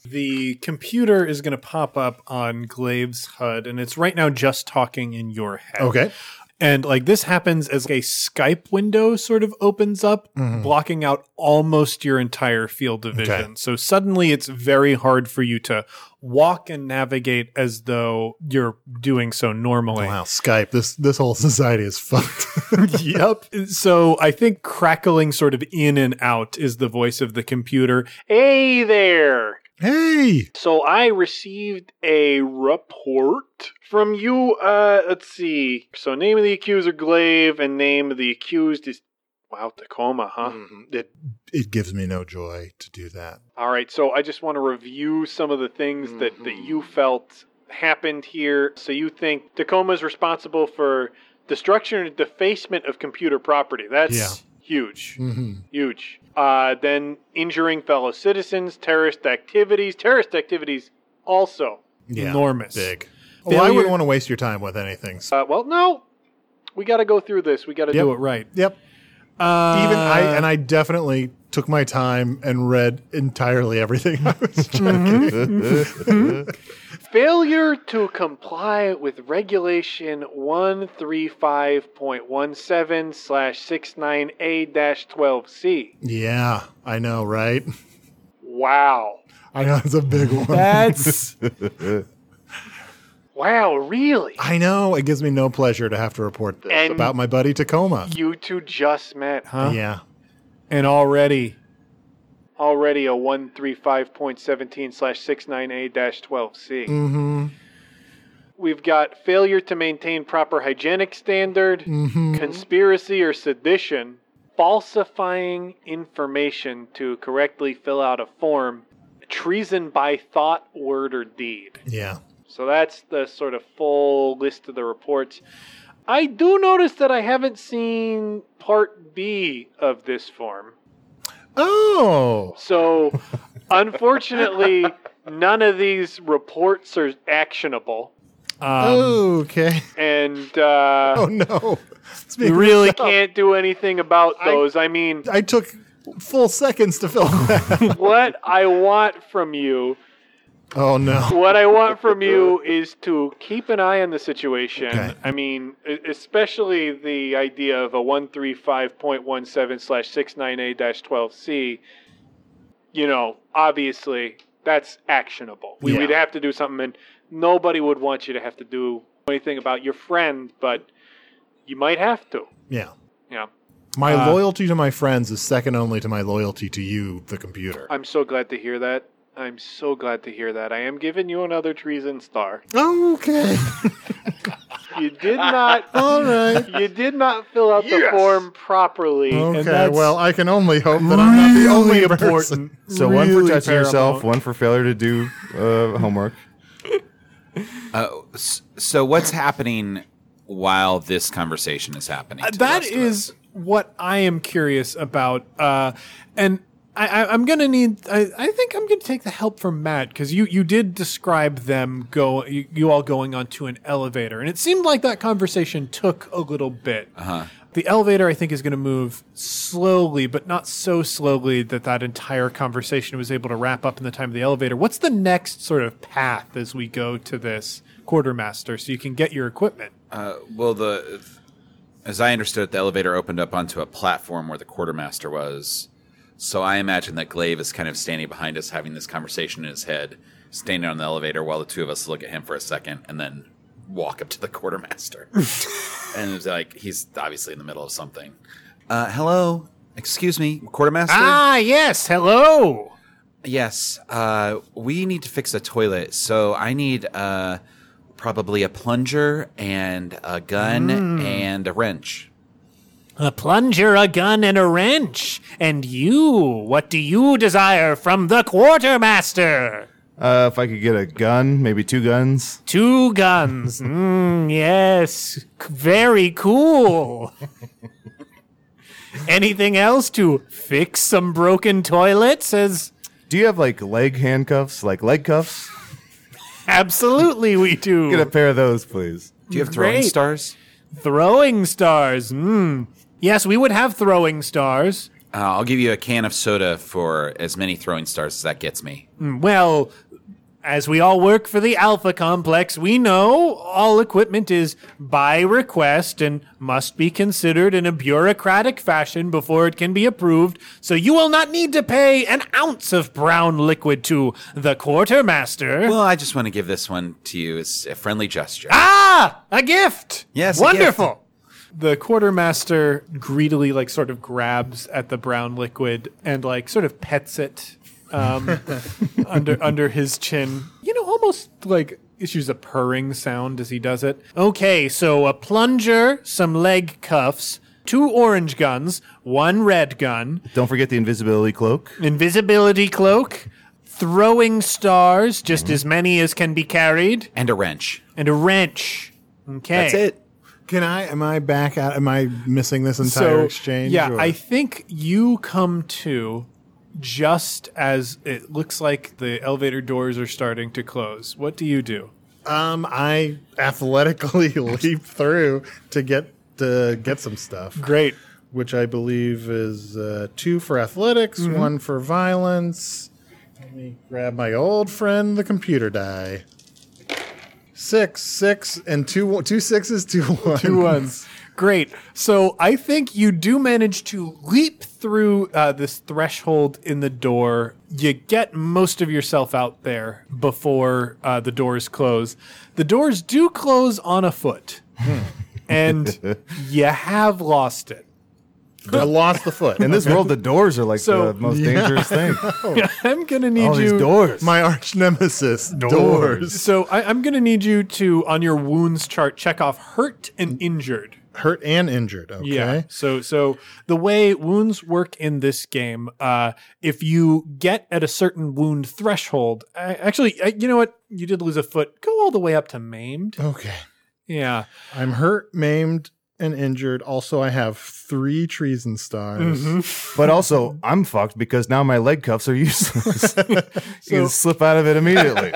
S1: The computer is going to pop up on Glave's HUD, and it's right now just talking in your head.
S4: okay?
S1: And like this happens as a Skype window sort of opens up, blocking out almost your entire field of vision. So suddenly it's very hard for you to walk and navigate as though you're doing so normally.
S4: Wow, Skype. This this whole society is fucked.
S1: yep. So I think crackling sort of in and out is the voice of the computer. Hey there.
S4: hey,
S1: So I received a report from you. Uh, let's see. So name of the accuser, Glaive, and name of the accused is wow, Tacoma, huh?
S4: Mm.
S1: It-
S4: it gives me no joy to do that.
S1: all right. So I just want to review some of the things that that you
S4: Mm-hmm.
S1: felt happened here. So you think Tacoma is responsible for destruction and defacement of computer property? That's huge.
S4: hmm
S1: Huge. Uh, then injuring fellow citizens, terrorist activities, terrorist activities also.
S4: Yeah,
S1: Enormous.
S4: big. Well, I
S1: Failure-
S4: wouldn't want to waste your time with anything. so-
S1: Uh, well, no. We got to go through this. We got to
S4: Yep.
S1: do it right.
S4: Yep.
S1: Uh,
S4: even I and I definitely took my time and read entirely everything I was
S2: Mm-hmm.
S4: checking.
S1: failure to comply with regulation 135.17 slash 69A 12C.
S4: yeah, I know, right?
S1: Wow.
S4: I know it's a big one.
S1: That's. wow, really?
S4: I know it gives me no pleasure to have to report this
S1: And-
S4: about my buddy Tacoma.
S1: You two just met, huh?
S4: Yeah,
S1: And already. Already a 135.17 slash 69A 12C.
S4: mm-hmm.
S1: We've got failure to maintain proper hygienic standard,
S4: Mm-hmm.
S1: conspiracy or sedition, falsifying information to correctly fill out a form, treason by thought, word, or deed.
S4: yeah.
S1: So that's the sort of full list of the reports. I do notice that I haven't seen part B of this form.
S4: Oh,
S1: So, unfortunately, none of these reports are actionable. Um,
S4: okay.
S1: And uh,
S4: Oh no,
S1: we
S4: Speaking of
S1: really
S4: myself,
S1: can't do anything about those. I, mean,
S4: I took full seconds to fill that.
S1: what I want from you,
S4: oh no.
S1: what I want from you is to keep an eye on the situation.
S4: Okay.
S1: I mean, e- especially the idea of a 135.17 slash 69A 12C. You know, obviously, that's actionable. We,
S4: Yeah.
S1: We'd have to do something, and nobody would want you to have to do anything about your friend, but you might have to.
S4: Yeah.
S1: Yeah.
S4: My
S1: Uh,
S4: loyalty to my friends is second only to my loyalty to you, the computer.
S1: I'm so glad to hear that. I'm so glad to hear that. I am giving you another treason star.
S4: Okay.
S1: You did not.
S4: All right.
S1: you did not fill out the form properly.
S4: Okay, well, I can only hope that I'm not the only important.
S2: So one for touching yourself, one for failure to do uh, homework.
S3: Uh, s- so what's happening while this conversation is happening? to the
S1: Uh, That
S3: rest of
S1: is
S3: us?
S1: what I am curious about. Uh, and I, I, I'm going to need, I, I think I'm going to take the help from Matt because you, you did describe them go, you, you all going onto an elevator. And it seemed like that conversation took a little bit. Uh-huh. The elevator, I think, is going to move slowly, but not so slowly that that entire conversation was able to wrap up in the time of the elevator. What's the next sort of path as we go to this quartermaster so you can get your equipment?
S3: Uh, well, the as I understood, it, the elevator opened up onto a platform where the quartermaster was. So I imagine that Glaive is kind of standing behind us, having this conversation in his head, standing on the elevator while the two of us look at him for a second, and then walk up to the quartermaster. and it's like, he's obviously in the middle of something. Uh, hello, excuse me, quartermaster?
S1: Ah! yes. Hello.
S3: Yes, uh, we need to fix a toilet, so I need uh, probably a plunger and a gun
S1: Mm.
S3: and a wrench.
S7: A plunger, a gun, and a wrench. And you, what do you desire from the quartermaster?
S2: Uh, if I could get a gun, maybe two guns.
S7: Two guns. Mm, yes, c- very cool. Anything else to fix some broken toilets? As
S2: Do you have like leg handcuffs, like leg cuffs?
S7: absolutely we do.
S2: Get a pair of those, please.
S3: Do you have throwing
S7: Great.
S3: stars?
S7: Throwing stars. Mm. Yes, we would have throwing stars.
S3: Uh, I'll give you a can of soda for as many throwing stars as that gets me.
S7: Mm, Well, as we all work for the Alpha Complex, we know all equipment is by request and must be considered in a bureaucratic fashion before it can be approved, so you will not need to pay an ounce of brown liquid to the quartermaster.
S3: Well, I just want to give this one to you as a friendly gesture.
S7: ah! A gift!
S3: Yes, a
S7: Wonderful!
S1: The quartermaster greedily, like, sort of grabs at the brown liquid and, like, sort of pets it um, under under his chin. You know, almost like issues a purring sound as he does it.
S7: Okay, so a plunger, some leg cuffs, two orange guns, one red gun,
S2: Don't forget the invisibility cloak.
S7: invisibility cloak, throwing stars, just
S3: Mm-hmm.
S7: as many as can be carried,
S3: And a wrench.
S7: and a wrench. Okay.
S3: That's it.
S4: Can I? Am I back out? Am I missing this entire exchange?
S1: Yeah,
S4: or-
S1: I think you come to just as it looks like the elevator doors are starting to close. What do you do?
S4: um, I athletically leap through to get to get some stuff,
S1: Great.
S4: which I believe is uh, two for athletics, one for violence. Let me grab my old friend, the computer die. Six, six, and two, two sixes, two ones.
S1: Two ones. Great. So I think you do manage to leap through uh, this threshold in the door. You get most of yourself out there before uh, the doors close. The doors do close on a foot, and you have lost it.
S4: I lost the foot.
S2: In this world, the doors are like
S1: So-
S2: the most dangerous thing.
S1: I'm gonna need
S2: All
S1: you.
S2: Oh, these doors.
S4: my arch nemesis, doors.
S1: So I, I'm going to need you to, on your wounds chart, check off hurt
S2: Mm.
S1: and injured.
S4: Hurt and injured. Okay.
S1: So so the way wounds work in this game, uh, if you get at a certain wound threshold, I, actually, I, you know what? You did lose a foot. Go all the way up to maimed.
S4: Okay.
S1: Yeah.
S4: I'm hurt, maimed, and injured. Also, I have three treason stars.
S2: but also, I'm fucked because now my leg cuffs are useless. you can slip out of it immediately.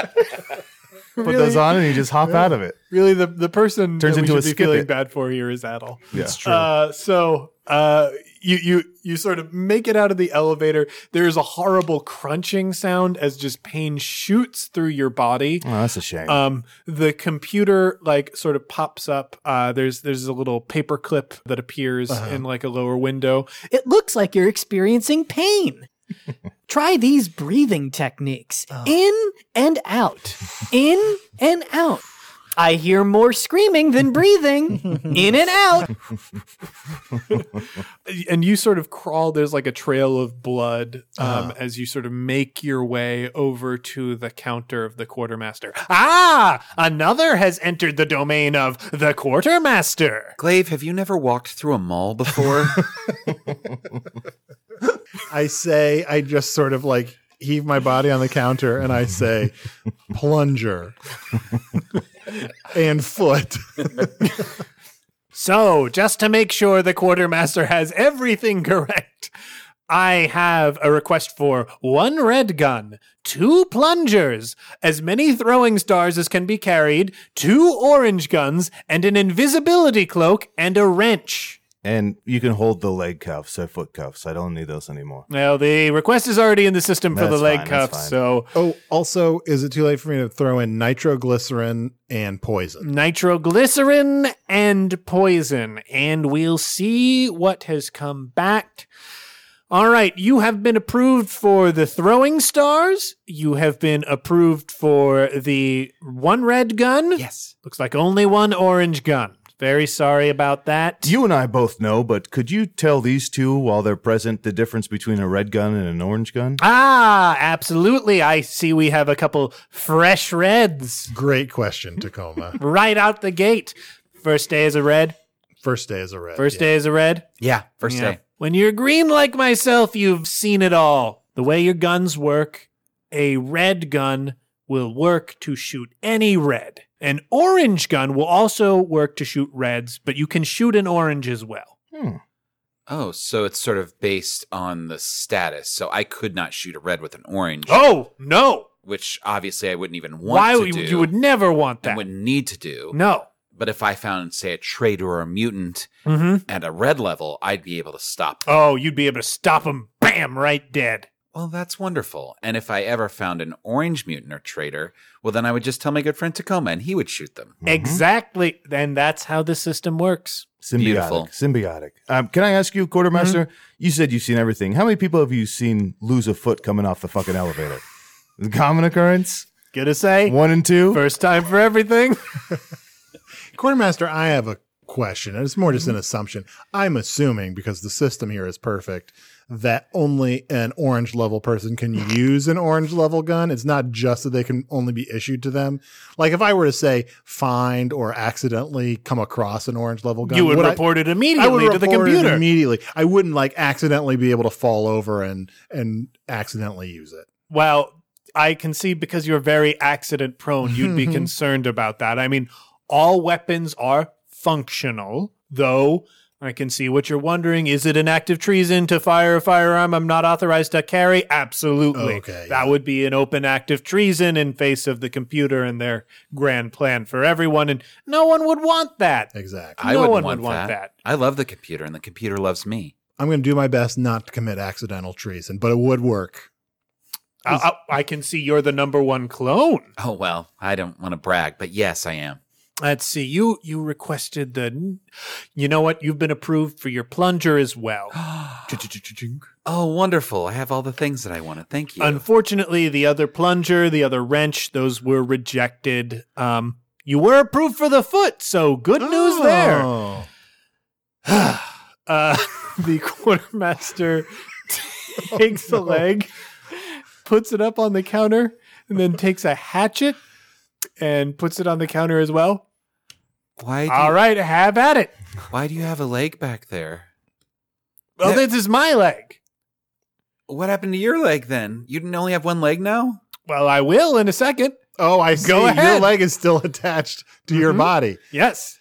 S2: Put those on and you just hop out of it.
S1: Really, the the person
S2: Turns
S1: that
S2: into
S1: we
S2: a
S1: should be
S2: skip
S1: feeling
S2: it.
S1: bad for here is Adel.
S2: Yeah.
S1: It's true. Uh, so uh, you you you sort of make it out of the elevator. There is a horrible crunching sound as just pain shoots through your body.
S2: Oh, that's a shame.
S1: Um, the computer like sort of pops up. Uh, there's there's a little paper clip that appears in like a lower window.
S8: It looks like you're experiencing pain. Try these breathing techniques in and out, in and out. I hear more screaming than breathing. In and out.
S1: and you sort of crawl there's like a trail of blood um, as you sort of make your way over to the counter of the quartermaster
S7: Ah! Another has entered the domain of the quartermaster.
S3: Glaive, have you never walked through a mall before?
S4: I say, I just sort of like heave my body on the counter and I say, plunger and foot.
S7: So, just to make sure the quartermaster has everything correct, I have a request for one red gun, two plungers, as many throwing stars as can be carried, two orange guns, and an invisibility cloak and a wrench.
S2: and you can hold the leg cuffs or foot cuffs. I don't need those anymore.
S7: Now, the request is already in the system for the
S2: That's
S7: leg
S2: fine, that's
S7: cuffs,
S2: fine.
S7: so
S4: Oh, also, is it too late for me to throw in nitroglycerin and poison?
S7: nitroglycerin and poison, and we'll see what has come back.
S1: All right, you have been approved for the throwing stars. You have been approved for the one red gun.
S3: Yes.
S1: Looks like only one orange gun. Very sorry about that.
S2: You and I both know, but could you tell these two while they're present the difference between a red gun and an orange gun?
S1: Ah, absolutely. I see we have a couple fresh reds
S4: Great question, Tacoma.
S1: right out the gate. First day is a red.
S4: First day is a red.
S1: First day is a red.
S3: Yeah. First
S1: Yeah.
S3: day.
S1: When you're green like myself, you've seen it all. The way your guns work, a red gun will work to shoot any red. An orange gun will also work to shoot reds, but you can shoot an orange as well.
S3: Oh, so it's sort of based on the status. So I could not shoot a red with an orange,
S1: Oh, no.
S3: which obviously I wouldn't even want
S1: Why
S3: to
S1: would
S3: do.
S1: you, you would never want
S3: and
S1: that?
S3: wouldn't need to do.
S1: No.
S3: But if I found, say, a traitor or a mutant
S1: Mhm.
S3: at a red level, I'd be able to stop. them.
S1: Oh, you'd be able to stop them. Bam, right dead.
S3: Well, that's wonderful. And if I ever found an orange mutant or traitor, well, then I would just tell my good friend Tacoma, and he would shoot them.
S4: Mm-hmm.
S1: Exactly. And that's how the system works.
S2: Symbiotic.
S3: beautiful.
S2: Symbiotic. Um, can I ask you, Quartermaster?
S1: Mm-hmm.
S2: You said you've seen everything. How many people have you seen lose a foot coming off the fucking elevator? Common occurrence?
S1: Good to say.
S2: One and two?
S1: First time for everything.
S4: Quartermaster, I have a question, and it's more just an
S1: Mm-hmm.
S4: assumption. I'm assuming because the system here is perfect that only an orange level person can use an orange level gun. It's not just that they can only be issued to them. Like if I were to say find or accidentally come across an orange level gun,
S1: You would,
S4: I-
S1: report it
S4: I would
S1: immediately to the
S4: report it
S1: computer.
S4: immediately. I wouldn't like accidentally be able to fall over and and accidentally use it.
S1: Well, I can see because you're very accident prone, you'd be concerned about that. I mean, all weapons are functional, though. I can see what you're wondering. Is it an act of treason to fire a firearm I'm not authorized to carry? Absolutely.
S4: Okay,
S1: That would be an open act of treason in face of the computer and their grand plan for everyone. And no one would want that.
S4: Exactly.
S3: I
S1: No
S3: wouldn't
S1: one
S3: want,
S1: would want
S3: that.
S1: that.
S3: I love the computer, and the computer loves me.
S4: I'm going to do my best not to commit accidental treason, but it would work.
S1: I, I, I can see you're the number one clone.
S3: Oh, well, I don't want to brag, but yes, I am.
S1: Let's see. You you requested the. You know what? You've been approved for your plunger as well.
S3: Oh, wonderful. I have all the things that I wanted. Thank you.
S1: Unfortunately, the other plunger, the other wrench, those were rejected. Um, you were approved for the foot, so good news there.
S4: Oh.
S1: Uh, the quartermaster takes the leg, puts it up on the counter, and then takes a hatchet and puts it on the counter as well.
S3: why, do
S1: All right, have at it.
S3: you, why do you have a leg back there?
S1: Well,
S3: Yeah.
S1: this is my leg.
S3: What happened to your leg then? You didn't only have one leg now?
S1: Well, I will in a second.
S4: Oh, I see. Your
S1: ahead. Mm-hmm.
S4: leg is still attached to your body.
S1: Yes.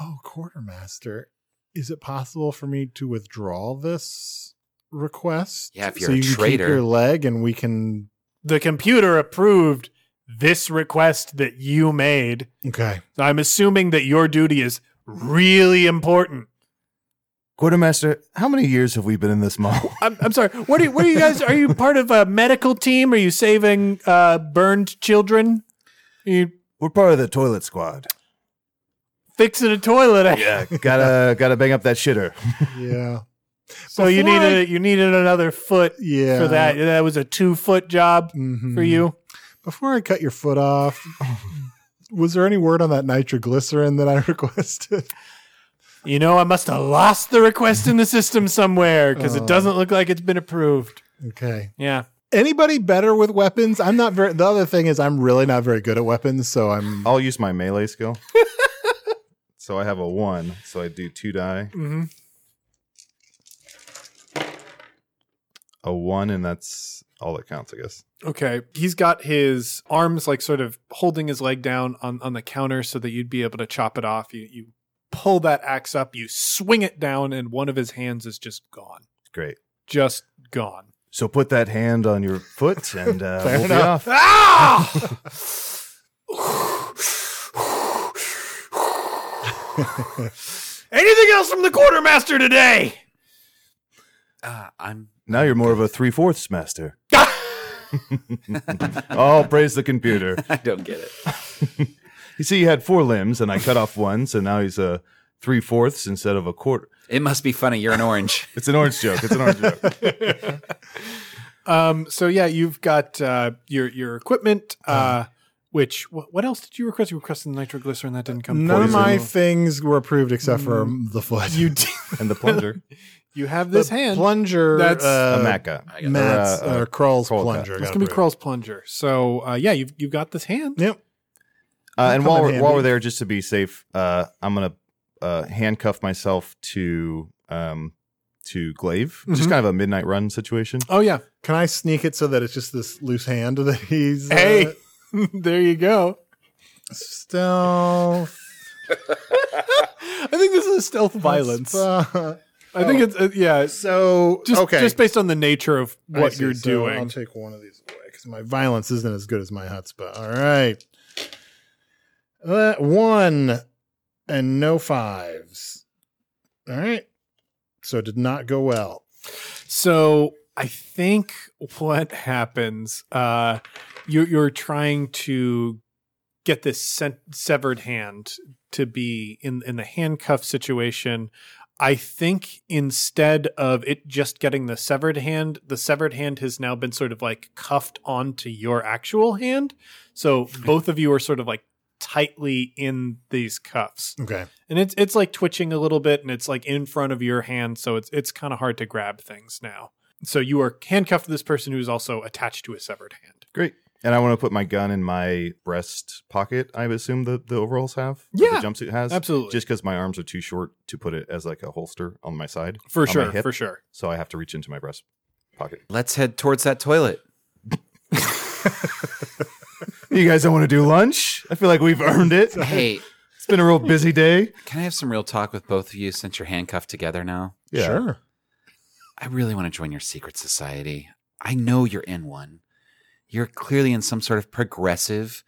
S4: Oh, quartermaster, is it possible for me to withdraw this request?
S3: Yeah, if you're
S4: So
S3: a
S4: you can
S3: traitor.
S4: keep your leg, and we can.
S1: the computer approved this request that you made.
S4: Okay,
S1: So I'm assuming that your duty is really important.
S2: Quartermaster, how many years have we been in this mall?
S1: I'm, I'm sorry. What are, you, what are you guys? Are you part of a medical team? Are you saving uh, burned children? You
S2: We're part of the toilet squad.
S1: fixing a toilet?
S2: Yeah, gotta gotta bang up that shitter.
S4: yeah,
S1: So you
S4: Before
S1: needed you needed another foot
S4: yeah.
S1: for that. That was a two foot job
S4: Mhm.
S1: for you.
S4: Before I cut your foot off, was there any word on that nitroglycerin that I requested?
S1: You know, I must have lost the request in the system somewhere because it doesn't look like it's been approved.
S4: Okay.
S1: Yeah.
S4: Anybody better with weapons? I'm not very. The other thing is, I'm really not very good at weapons, so I'm.
S2: I'll use my melee skill. so I have a one, so I do two die.
S1: Mm-hmm.
S2: A one, and that's all that counts, I guess.
S9: Okay. He's got his arms like sort of holding his leg down on, on the counter so that you'd be able to chop it off. You you pull that axe up, you swing it down, and one of his hands is just gone.
S2: Great.
S9: Just gone.
S2: So put that hand on your foot, and uh, we'll be off.
S1: Ah! Anything else from the quartermaster today?
S3: Uh, I'm.
S2: Now you're more of a three fourths master. oh, praise the computer.
S3: I don't get it.
S2: You see, he had four limbs, and I cut off one, so now he's a three fourths instead of a quarter.
S3: It must be funny. You're an orange.
S2: It's an orange joke. It's an orange joke.
S9: Um,
S1: So yeah, you've got uh, your your equipment.
S4: Uh-huh.
S1: Uh, which what, what else did you request? You requested nitroglycerin that didn't come.
S4: None of
S1: poison.
S4: my things were approved except for the foot.
S1: Mm. You d-
S2: And the plunger,
S1: you have this hand.
S4: plunger.
S1: That's-
S4: uh,
S2: a maca.
S4: Matt's
S2: Or,
S4: or,
S2: uh, uh, Krull
S4: Krull's
S2: cut.
S4: plunger.
S1: It's
S4: got
S1: gonna be
S4: approved.
S1: Krell's plunger. So uh, yeah, you've you've got this hand.
S4: Yep.
S2: Uh, and
S4: Come
S2: while
S4: in
S2: we're, while
S4: handy.
S2: we're there, just to be safe, uh, I'm gonna uh, handcuff myself to um, to Glaive. Just kind of a midnight run situation.
S1: Oh yeah.
S4: Can I sneak it so that it's just this loose hand that he's uh,
S1: Hey, there you go.
S4: stealth
S1: I think this is stealth violence.
S4: Uh,
S1: I think it's uh, yeah. it's
S4: so
S1: Just
S4: okay.
S1: just based on the nature of
S4: I
S1: what
S4: see.
S1: you're
S4: So I'll
S1: doing.
S4: take one of these away because my violence isn't as good as my chutzpah. All right. That one and no fives. All right. So it did not go well.
S1: So I think what happens, uh, you're, you're trying to get this sen- severed hand to be in in the handcuff situation. I think instead of it just getting the severed hand, the severed hand has now been sort of like cuffed onto your actual hand. So both of you are sort of like tightly in these cuffs
S4: Okay.
S1: and it's it's like twitching a little bit and it's like in front of your hand so it's it's kind of hard to grab things now so you are handcuffed to this person who's also attached to a severed hand
S2: Great. And I want to put my gun in my breast pocket. I assume the the overalls have.
S1: Yeah.
S2: The jumpsuit has
S1: Absolutely.
S2: Just because my arms are too short to put it as like a holster on my side.
S1: for
S2: on my
S1: sure
S2: hip,
S1: for sure
S2: So I have to reach into my breast pocket.
S3: Let's head towards that toilet.
S2: You guys don't want to do lunch? I feel like we've earned it.
S3: Hey,
S2: It's been a real busy day.
S3: can I have some real talk with both of you since you're handcuffed together now?
S2: Yeah.
S4: Sure.
S3: I really want to join your secret society. I know you're in one. You're clearly in some sort of progressive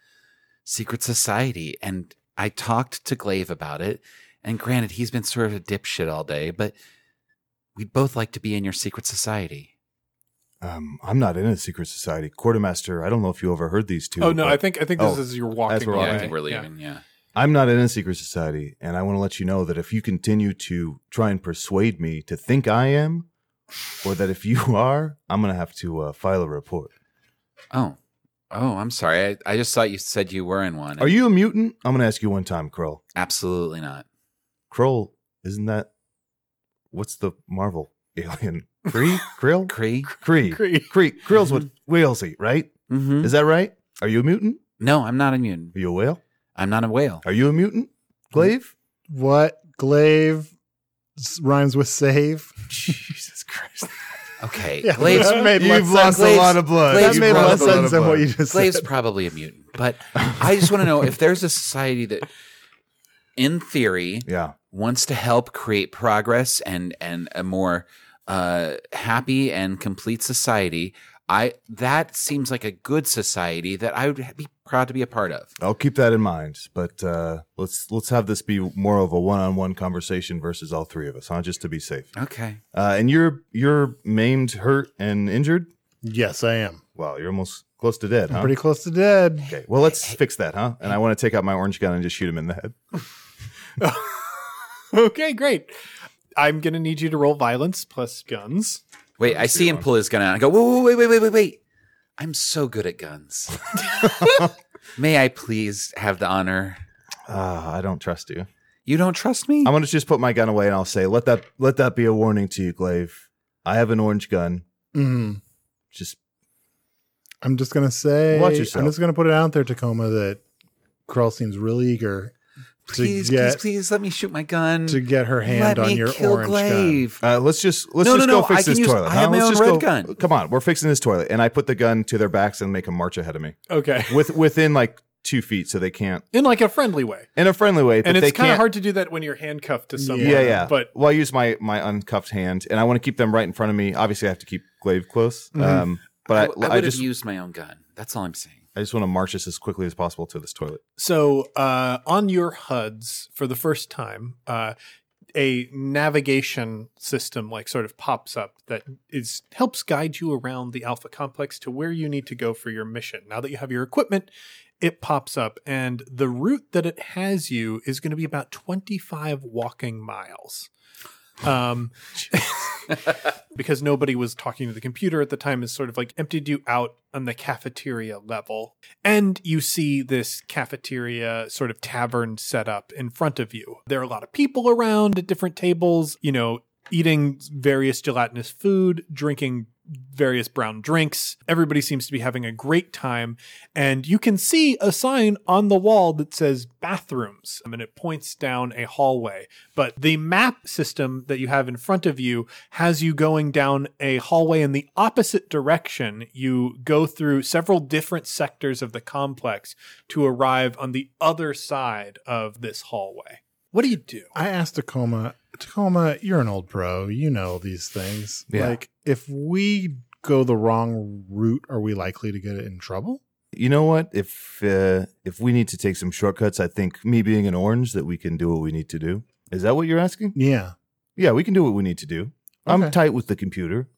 S3: secret society. And I talked to Glaive about it. And granted, he's been sort of a dipshit all day, but we'd both like to be in your secret society.
S2: Um, I'm not in a secret society. Quartermaster, I don't know if you overheard these two.
S1: oh no
S2: but
S1: i think i think this
S2: Oh,
S1: is your walking
S2: we're
S1: away.
S2: walking. I
S3: yeah.
S2: I'm not in a secret society, and I want to let you know that if you continue to try and persuade me to think I am, or that if you are, I'm gonna have to uh, file a report.
S3: Oh. Oh, I'm sorry. I, I just thought you said you were in one.
S2: Are you a mutant? I'm gonna ask you one time, Kroll.
S3: Absolutely not.
S2: Kroll, isn't that what's the Marvel alien? Kree? Krill?
S3: Cree?
S2: Kree.
S1: Kree.
S2: Kree. Krill's what whales eat, right?
S3: Mm-hmm.
S2: Is that right? Are you a mutant?
S3: No, I'm not a mutant.
S2: Are you a whale?
S3: I'm not a whale.
S2: Are you a mutant? Glaive?
S4: What glaive s- rhymes with save?
S2: Jesus Christ.
S3: Okay.
S4: Yeah,
S3: Glaive's,
S4: that made less
S2: You've lost
S4: sense.
S2: a lot of blood.
S3: Glaive's
S4: That
S2: You've
S4: made
S2: lost
S4: less
S2: a lot of
S4: sense than
S2: blood.
S4: what you just said.
S3: Glave's probably a mutant, but I just want to know if there's a society that, in theory,
S2: Yeah.
S3: wants to help create progress and and a more uh, happy and complete society. I that seems like a good society that I would be proud to be a part of.
S2: I'll keep that in mind, but uh, let's let's have this be more of a one-on-one conversation versus all three of us, huh? Just to be safe.
S3: Okay.
S2: Uh, and you're you're maimed, hurt, and injured.
S4: Yes, I am.
S2: Wow, you're almost close to dead,
S4: I'm
S2: huh?
S4: pretty close to dead.
S2: Okay, well, let's fix that, huh? And I want to take out my orange gun and just shoot him in the head.
S1: okay great i'm gonna need you to roll violence plus guns
S3: Wait, I see him pull his gun out. I go, whoa, whoa, wait, wait, wait, wait, wait. I'm so good at guns. May I please have the honor?
S2: Ah, I don't trust you.
S3: You don't trust me?
S2: I'm gonna just put my gun away and I'll say, let that let that be a warning to you, Glaive. I have an orange gun.
S4: Mm.
S2: Just
S4: I'm just gonna say,
S2: Watch yourself.
S4: I'm just gonna put it out there, Tacoma, that Krull seems really eager to
S3: please,
S4: get
S3: please, please let me shoot my gun.
S4: to get her hand
S3: let
S4: on
S3: me
S4: your
S3: kill
S4: orange gun.
S3: Glaive.
S2: uh, let's just let's
S3: No,
S2: just
S3: no,
S2: go
S3: no, I
S2: fix
S3: can
S2: this
S3: use-
S2: toilet.
S3: I
S2: huh?
S3: have my
S2: Let's
S3: own
S2: just
S3: red
S2: go-
S3: gun.
S2: Come on, we're fixing this toilet, and I put the gun to their backs and make them march ahead of me
S1: okay
S2: with within like two feet, so they can't
S1: in like a friendly way
S2: in a friendly way. That
S1: and
S2: they
S1: it's kind of
S2: can't-
S1: hard to do that when you're handcuffed to someone
S2: Yeah, yeah.
S1: but
S2: well, I use my my uncuffed hand, and I want to keep them right in front of me. Obviously, I have to keep Glaive close.
S1: Mm-hmm.
S2: Um,
S3: I,
S2: but
S3: w-
S2: I,
S3: I
S2: I
S3: would
S2: just
S3: have used my own gun. That's all I'm saying.
S2: I just want to march us as quickly as possible to this toilet.
S1: So, uh, on your HUDs for the first time, uh, a navigation system like sort of pops up that is helps guide you around the Alpha Complex to where you need to go for your mission. Now that you have your equipment, it pops up, and the route that it has you is going to be about twenty five walking miles. Um, because nobody was talking to the computer at the time is sort of like emptied you out on the cafeteria level. And you see this cafeteria sort of tavern set up in front of you. There are a lot of people around at different tables, you know, eating various gelatinous food, drinking various brown drinks. Everybody seems to be having a great time. And you can see a sign on the wall that says bathrooms. I mean, it points down a hallway. But the map system that you have in front of you has you going down a hallway in the opposite direction. You go through several different sectors of the complex to arrive on the other side of this hallway. What do you do?
S4: I asked Tacoma, Tacoma, you're an old pro. You know these things.
S2: Yeah.
S4: Like, if we go the wrong route, are we likely to get in trouble?
S2: You know what? If uh, if we need to take some shortcuts, I think me being an orange that we can do what we need to do. Is that what you're asking?
S4: Yeah.
S2: Yeah, we can do what we need to do. I'm
S4: Okay.
S2: tight with the computer.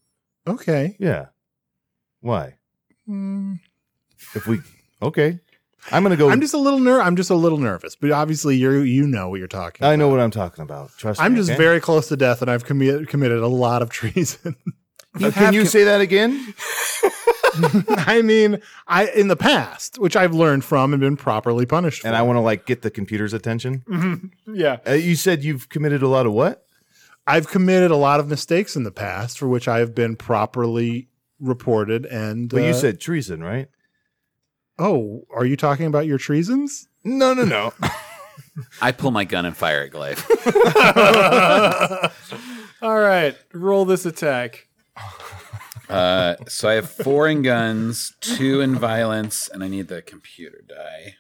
S4: Okay.
S2: Yeah. Why?
S1: Mm.
S4: Hmm.
S2: If we okay, I'm gonna go. i
S4: I'm just a little ner. I'm just a little nervous, but obviously you you know what you're talking.
S2: know what I'm talking about. Trust
S4: I'm
S2: me.
S4: just
S2: okay?
S4: very close to death, and I've commi- committed a lot of treason.
S2: Uh, can you say that again?
S4: I mean, I in the past, which I've learned from and been properly punished for.
S2: And I want to like get the computer's attention.
S1: Yeah.
S2: Uh, you said you've committed a lot of what?
S4: I've committed a lot of mistakes in the past for which I have been properly reported. And
S2: But
S4: uh,
S2: you said treason, right?
S4: "Oh, are you talking about your treasons?"
S2: No, no, no.
S3: I pull my gun and fire at Glaive.
S1: All right, roll this attack.
S3: Uh, so I have four in guns, two in violence, and I need the computer die.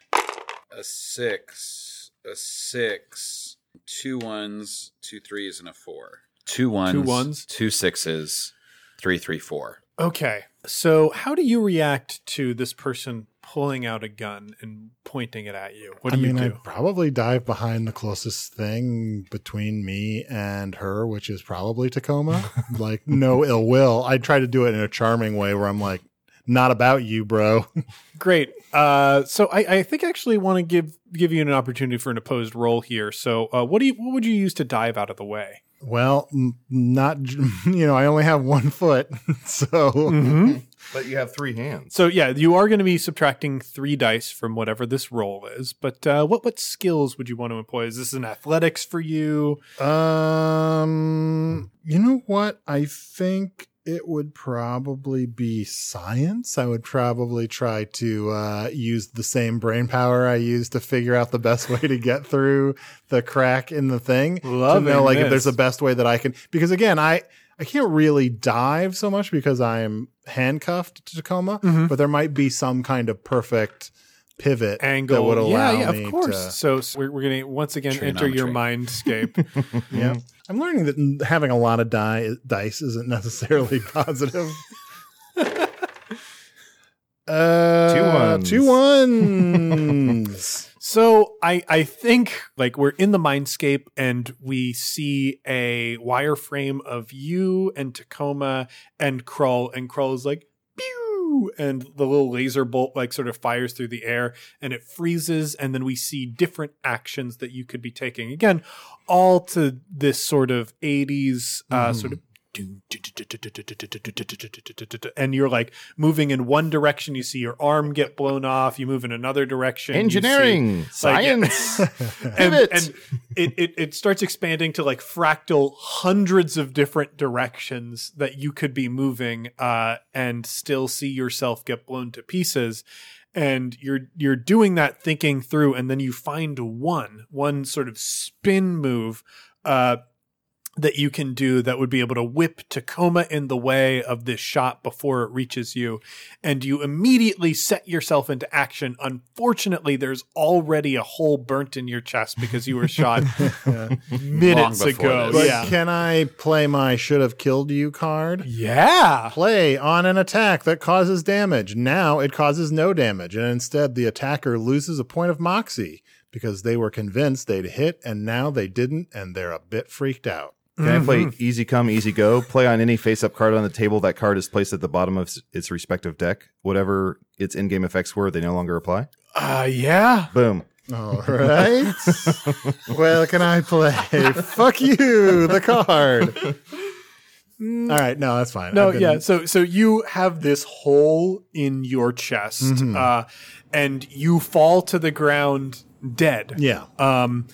S3: A six, a six, two ones, two threes, and a four. Two ones,
S1: ones.
S3: two sixes, three, three, four.
S1: Okay. So, how do you react to this person pulling out a gun and pointing it at you? What do
S4: I
S1: you
S4: mean, I
S1: do?
S4: probably dive behind the closest thing between me and her, which is probably Tacoma. like, no ill will. I try to do it in a charming way where I'm like, "Not about you, bro."
S1: Great. Uh, so, I, I think I actually want to give give you an opportunity for an opposed roll here. So, uh, what do you what would you use to dive out of the way?
S4: well, m- not j- you know. I only have one foot, so
S1: Mm-hmm.
S2: but you have three hands.
S1: So, yeah, you are going to be subtracting three dice from whatever this roll is. But uh, what what skills would you want to employ? Is this an athletics for you?
S4: Um, you know what? I think it would probably be science. I would probably try to uh, use the same brain power I used to figure out the best way to get through the crack in the thing.
S1: Loving
S4: to know, like if
S1: this.
S4: there's a best way that I can. Because again, I I can't really dive so much because I am handcuffed to Tacoma.
S1: Mm-hmm.
S4: But there might be some kind of perfect pivot
S1: Angle
S4: that would allow
S1: yeah, yeah,
S4: me
S1: of course.
S4: to-
S1: So, so we're, we're going to once again enter your mindscape.
S4: yeah. Mm. I'm learning that n- having a lot of die, dice isn't necessarily positive. uh,
S2: Two ones.
S4: Two ones.
S1: So I I think like we're in the mindscape and we see a wireframe of you and Tacoma and Krull and Krull is like pew and the little laser bolt like sort of fires through the air and it freezes and then we see different actions that you could be taking again all to this sort of 80s uh, sort of and you're like moving in one direction you see your arm get blown off you move in another direction you see-
S2: Engineering,
S1: like, yeah.
S2: science.
S1: and,
S2: Pivot.
S1: and it, it it starts expanding to like fractal hundreds of different directions that you could be moving uh and still see yourself get blown to pieces and you're you're doing that thinking through and then you find one one sort of spin move uh that you can do that would be able to whip Tacoma in the way of this shot before it reaches you. And you immediately set yourself into action. Unfortunately, there's already a hole burnt in your chest because you were shot minutes
S3: Long before
S1: ago.
S3: this.
S4: But
S1: Yeah.
S4: can I play my should have killed you card?
S1: Yeah.
S4: Play on an attack that causes damage. Now it causes no damage, and instead the attacker loses a point of moxie because they were convinced they'd hit and now they didn't, and they're a bit freaked out.
S2: Can I play
S1: mm-hmm.
S2: easy come, easy go? Play on any face up card on the table. That card is placed at the bottom of s- its respective deck. Whatever its in game effects were, they no longer apply.
S1: Uh, yeah.
S2: Boom.
S4: All right. well, can I play? Fuck you, the card. All right, no, that's fine.
S1: Mm. No,
S4: I've been-
S1: yeah. So so you have this hole in your chest,
S4: Mm-hmm.
S1: uh, and you fall to the ground dead.
S4: Yeah.
S1: Um,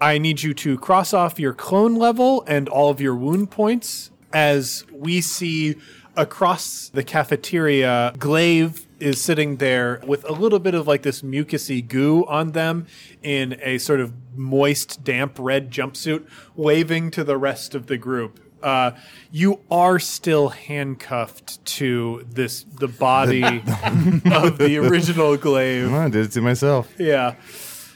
S1: I need you to cross off your clone level and all of your wound points as we see across the cafeteria, Glaive is sitting there with a little bit of like this mucusy goo on them in a sort of moist, damp red jumpsuit, waving to the rest of the group. Uh, you are still handcuffed to this the body of the original glaive.
S2: I did it to myself.
S1: Yeah,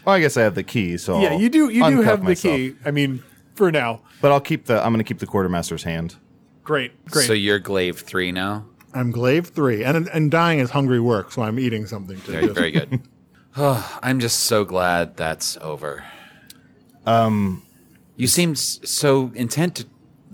S2: Well, I guess I have the key, so
S1: yeah.
S2: I'll
S1: You do. You do
S2: uncuff
S1: have the
S2: myself.
S1: key. I mean, for now,
S2: But I'll keep the. I'm going to keep the quartermaster's hand.
S1: great, great.
S3: So you're Glaive 3 now?
S4: I'm glaive three, and and dying is hungry work, so I'm eating something too.
S3: Very, very good. Oh, I'm just so glad that's over. Um,
S2: Um,
S3: you seemed s- so intent to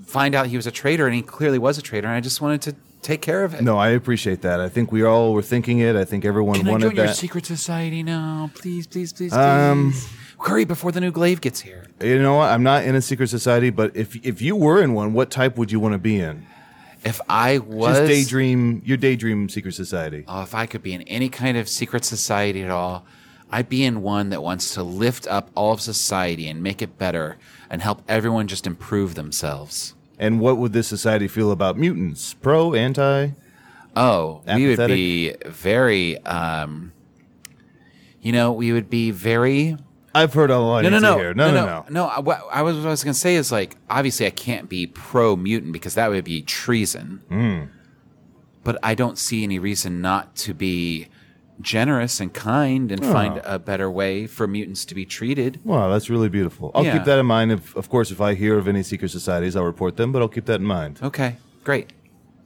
S3: find out he was a traitor, and he clearly was a traitor. And I just wanted to take care of it.
S2: No, I appreciate that. I think we all were thinking it. I think everyone
S3: Can I
S2: wanted
S3: join your
S2: that.
S3: secret society now? Please, please, please, please.
S2: Um,
S3: Hurry before the new glaive gets here.
S2: you know what? I'm not in a secret society, but if if you were in one, what type would you want to be in?
S3: If I was
S2: Just daydream your daydream secret society.
S3: Oh, if I could be in any kind of secret society at all, I'd be in one that wants to lift up all of society and make it better and help everyone just improve themselves.
S2: And what would this society feel about mutants? Pro, anti?
S3: Oh, we would
S2: Apathetic?
S3: be very, um, you know, we would be very.
S2: I've heard all I
S3: No,
S2: need
S3: no,
S2: to
S3: no,
S2: hear. No, no, no.
S3: no. I- What I was, what I was going to say is like, obviously, I can't be pro mutant because that would be treason.
S2: Hmm.
S3: But I don't see any reason not to be generous and kind and find a better way for mutants to be treated.
S2: Wow, that's really beautiful. I'll
S3: Yeah.
S2: keep that in mind. If, of course, if I hear of any secret societies, I'll report them, but I'll keep that in mind.
S3: Okay, great.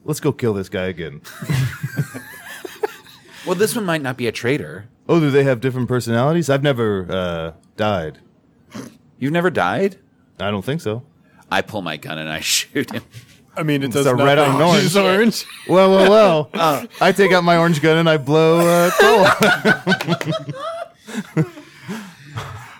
S2: Let's go kill this guy again.
S3: Well, this one might not be a traitor.
S2: Oh, do they have different personalities? I've never uh, died.
S3: You've never died.
S2: I don't think so.
S3: I pull my gun and I shoot him.
S1: I mean, it does
S2: a
S1: not
S2: red on
S1: Oh,
S2: orange.
S1: it's orange.
S2: Well, well, well.
S3: Uh.
S2: I take out my orange gun and I blow uh, coal.